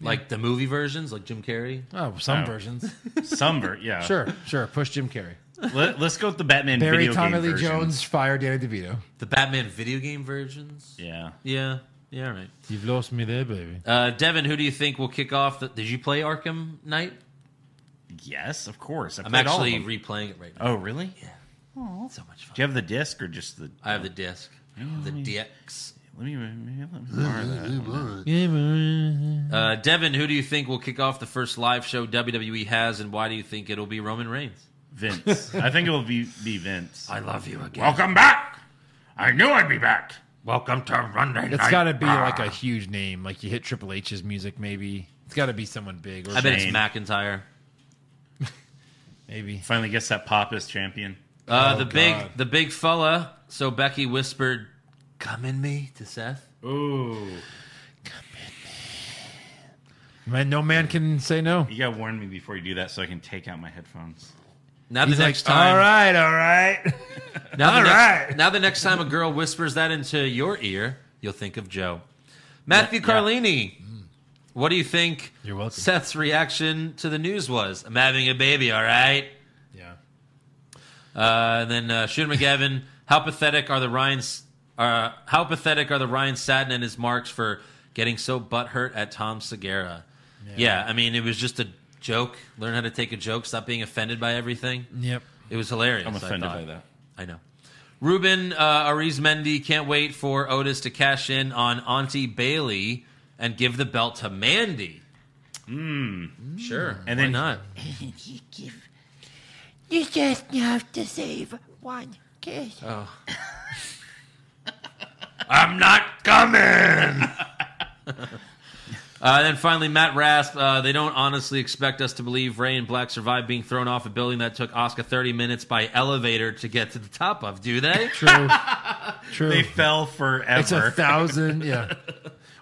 S3: Like the movie versions, like Jim Carrey.
S4: Oh, some
S5: Oh.
S4: versions.
S5: Sumber. Yeah.
S4: Sure, sure. Push Jim Carrey.
S5: Let, us go with the Batman
S4: Barry,
S5: video
S4: Tommy
S5: game
S4: Lee
S5: version.
S4: Jones, fire Danny DeVito.
S3: The Batman video game versions.
S5: Yeah.
S3: Yeah. Yeah, all right.
S4: You've lost me there, baby.
S3: Uh, Devin, who do you think will kick off? The, did you play Arkham Knight?
S5: Yes, of course. I
S3: I'm
S5: played all of
S3: actually
S5: them.
S3: replaying it right now.
S5: oh, really?
S3: So much fun.
S5: Do you have the disc or just the?
S3: I have the disc. The DX.
S5: Let me, let me borrow that.
S3: Uh, Devin, who do you think will kick off the first live show WWE has, and why do you think it'll be Roman Reigns?
S5: Vince. I think it'll be be Vince.
S3: I love you again.
S5: Welcome back. I knew I'd be back.
S10: Welcome to Monday
S4: It's got to be
S5: Ah.
S4: like a huge name. Like you hit Triple H's music, maybe. It's got to be someone big, or
S3: I bet it's
S5: Shane.
S3: McIntyre.
S4: maybe.
S5: Finally gets that pop as champion.
S3: Uh,
S4: Oh,
S3: the
S4: God.
S3: big, the big fella. So Becky whispered, "Come in me" to Seth.
S5: Ooh.
S4: Man, no man can say no.
S5: You gotta warn me before you do that so I can take out my headphones.
S3: Now the
S4: He's like,
S3: next time,
S4: all right, all right.
S3: now, the
S4: all
S3: next,
S4: right.
S3: now the next time a girl whispers that into your ear, you'll think of Joe. Matthew Carlini, what do you think?
S4: Mm. You're welcome.
S3: Seth's reaction to the news was, "I'm having a baby, all right."
S4: yeah.
S3: Uh, and then uh, Shun McGavin, how pathetic are the Ryan's? Uh, how pathetic are the Ryan Satin and his marks for getting so butthurt at Tom Segura? Yeah. I mean, it was just a joke. Learn how to take a joke. Stop being offended by everything.
S4: Yep.
S3: It was hilarious.
S5: I'm
S3: I
S5: offended
S3: thought.
S5: by that.
S3: I know. Ruben uh, Arizmendi can't wait for Otis to cash in on Auntie Bailey and give the belt to Mandy. Hmm. Sure.
S5: And
S3: Why
S5: then-
S3: not?
S10: You just have to save one kiss.
S3: I'm not coming. uh, then finally, Matt Rasp. Uh, they don't honestly expect us to believe Ray and Black survived being thrown off a building that took Oscar 30 minutes by elevator to get to the top of, do they?
S4: True. True.
S5: They fell forever.
S4: it's a thousand. Yeah.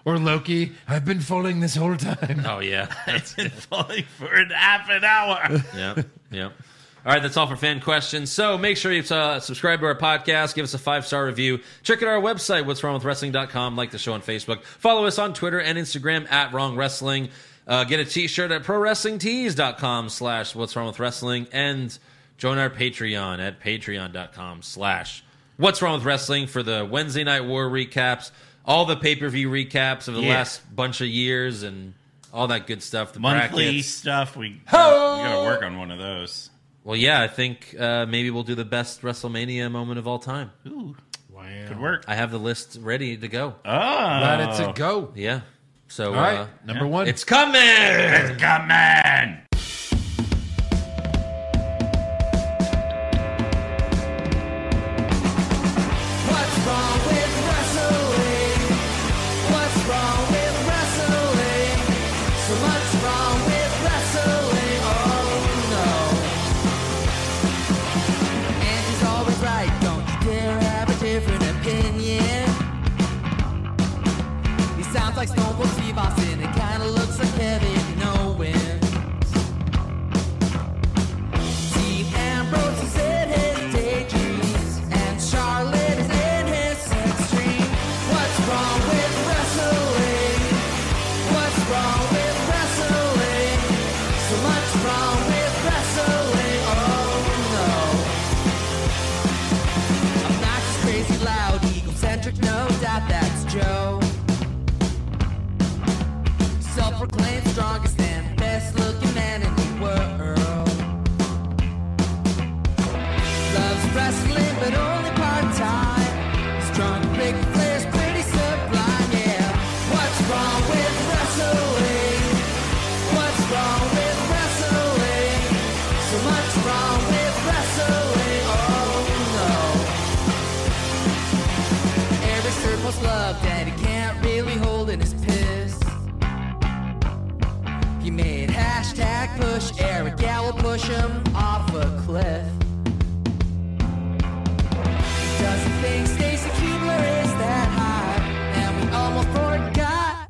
S4: Or Loki. I've been falling this whole time.
S3: oh, yeah.
S5: it's been falling for an half an hour.
S3: yep. Yep. All right, that's all for fan questions. So make sure you uh, subscribe to our podcast, give us a five star review, check out our website, what's wrong with wrestling.com, like the show on Facebook, follow us on Twitter and Instagram at wrong wrestling, uh, get a t shirt at pro wrestling tees.com slash what's wrong with wrestling, and join our Patreon at patreon.com slash What's Wrong with Wrestling for the Wednesday Night War recaps, all the pay per view recaps of the
S5: Yeah.
S3: last bunch of years, and all that good stuff. The
S5: Monthly
S3: brackets.
S5: stuff. We gotta, we gotta work on one of those.
S3: Well, yeah, I think uh, maybe we'll do the best WrestleMania moment of all time.
S5: Ooh,
S4: Wow.
S5: good work.
S3: I have the list ready to go.
S5: Oh,
S4: Glad it's a go.
S3: Yeah. So,
S4: Uh. All right,
S3: uh,
S4: number one.
S3: it's coming.
S5: It's coming.
S11: What's wrong with wrestling? What's wrong with wrestling? So much wrong with wrestling. Oh no. And she's always right. Don't you dare have a different opinion. He sounds like Stone Cold Steve Austin. It kinda looks like Kevin Owens. Steve Ambrose is in his daydreams, and Charlotte is in his sex dream. What's wrong with wrestling? What's wrong with wrestling? So much wrong with wrestling. Oh no. Obnoxious, crazy, loud, egocentric, no doubt that's Joe. Self-proclaimed strongest and best-looking man in the world. Loves wrestling, but only part time. Strong big players, pretty sublime, yeah. What's wrong with wrestling? What's wrong with wrestling? So much wrong with wrestling, oh no. Every circle's love that he can't really hold in his piss. He made hashtag push Eric Gallo push him off a cliff. Doesn't think Stacy Kubler is that hot. And we almost forgot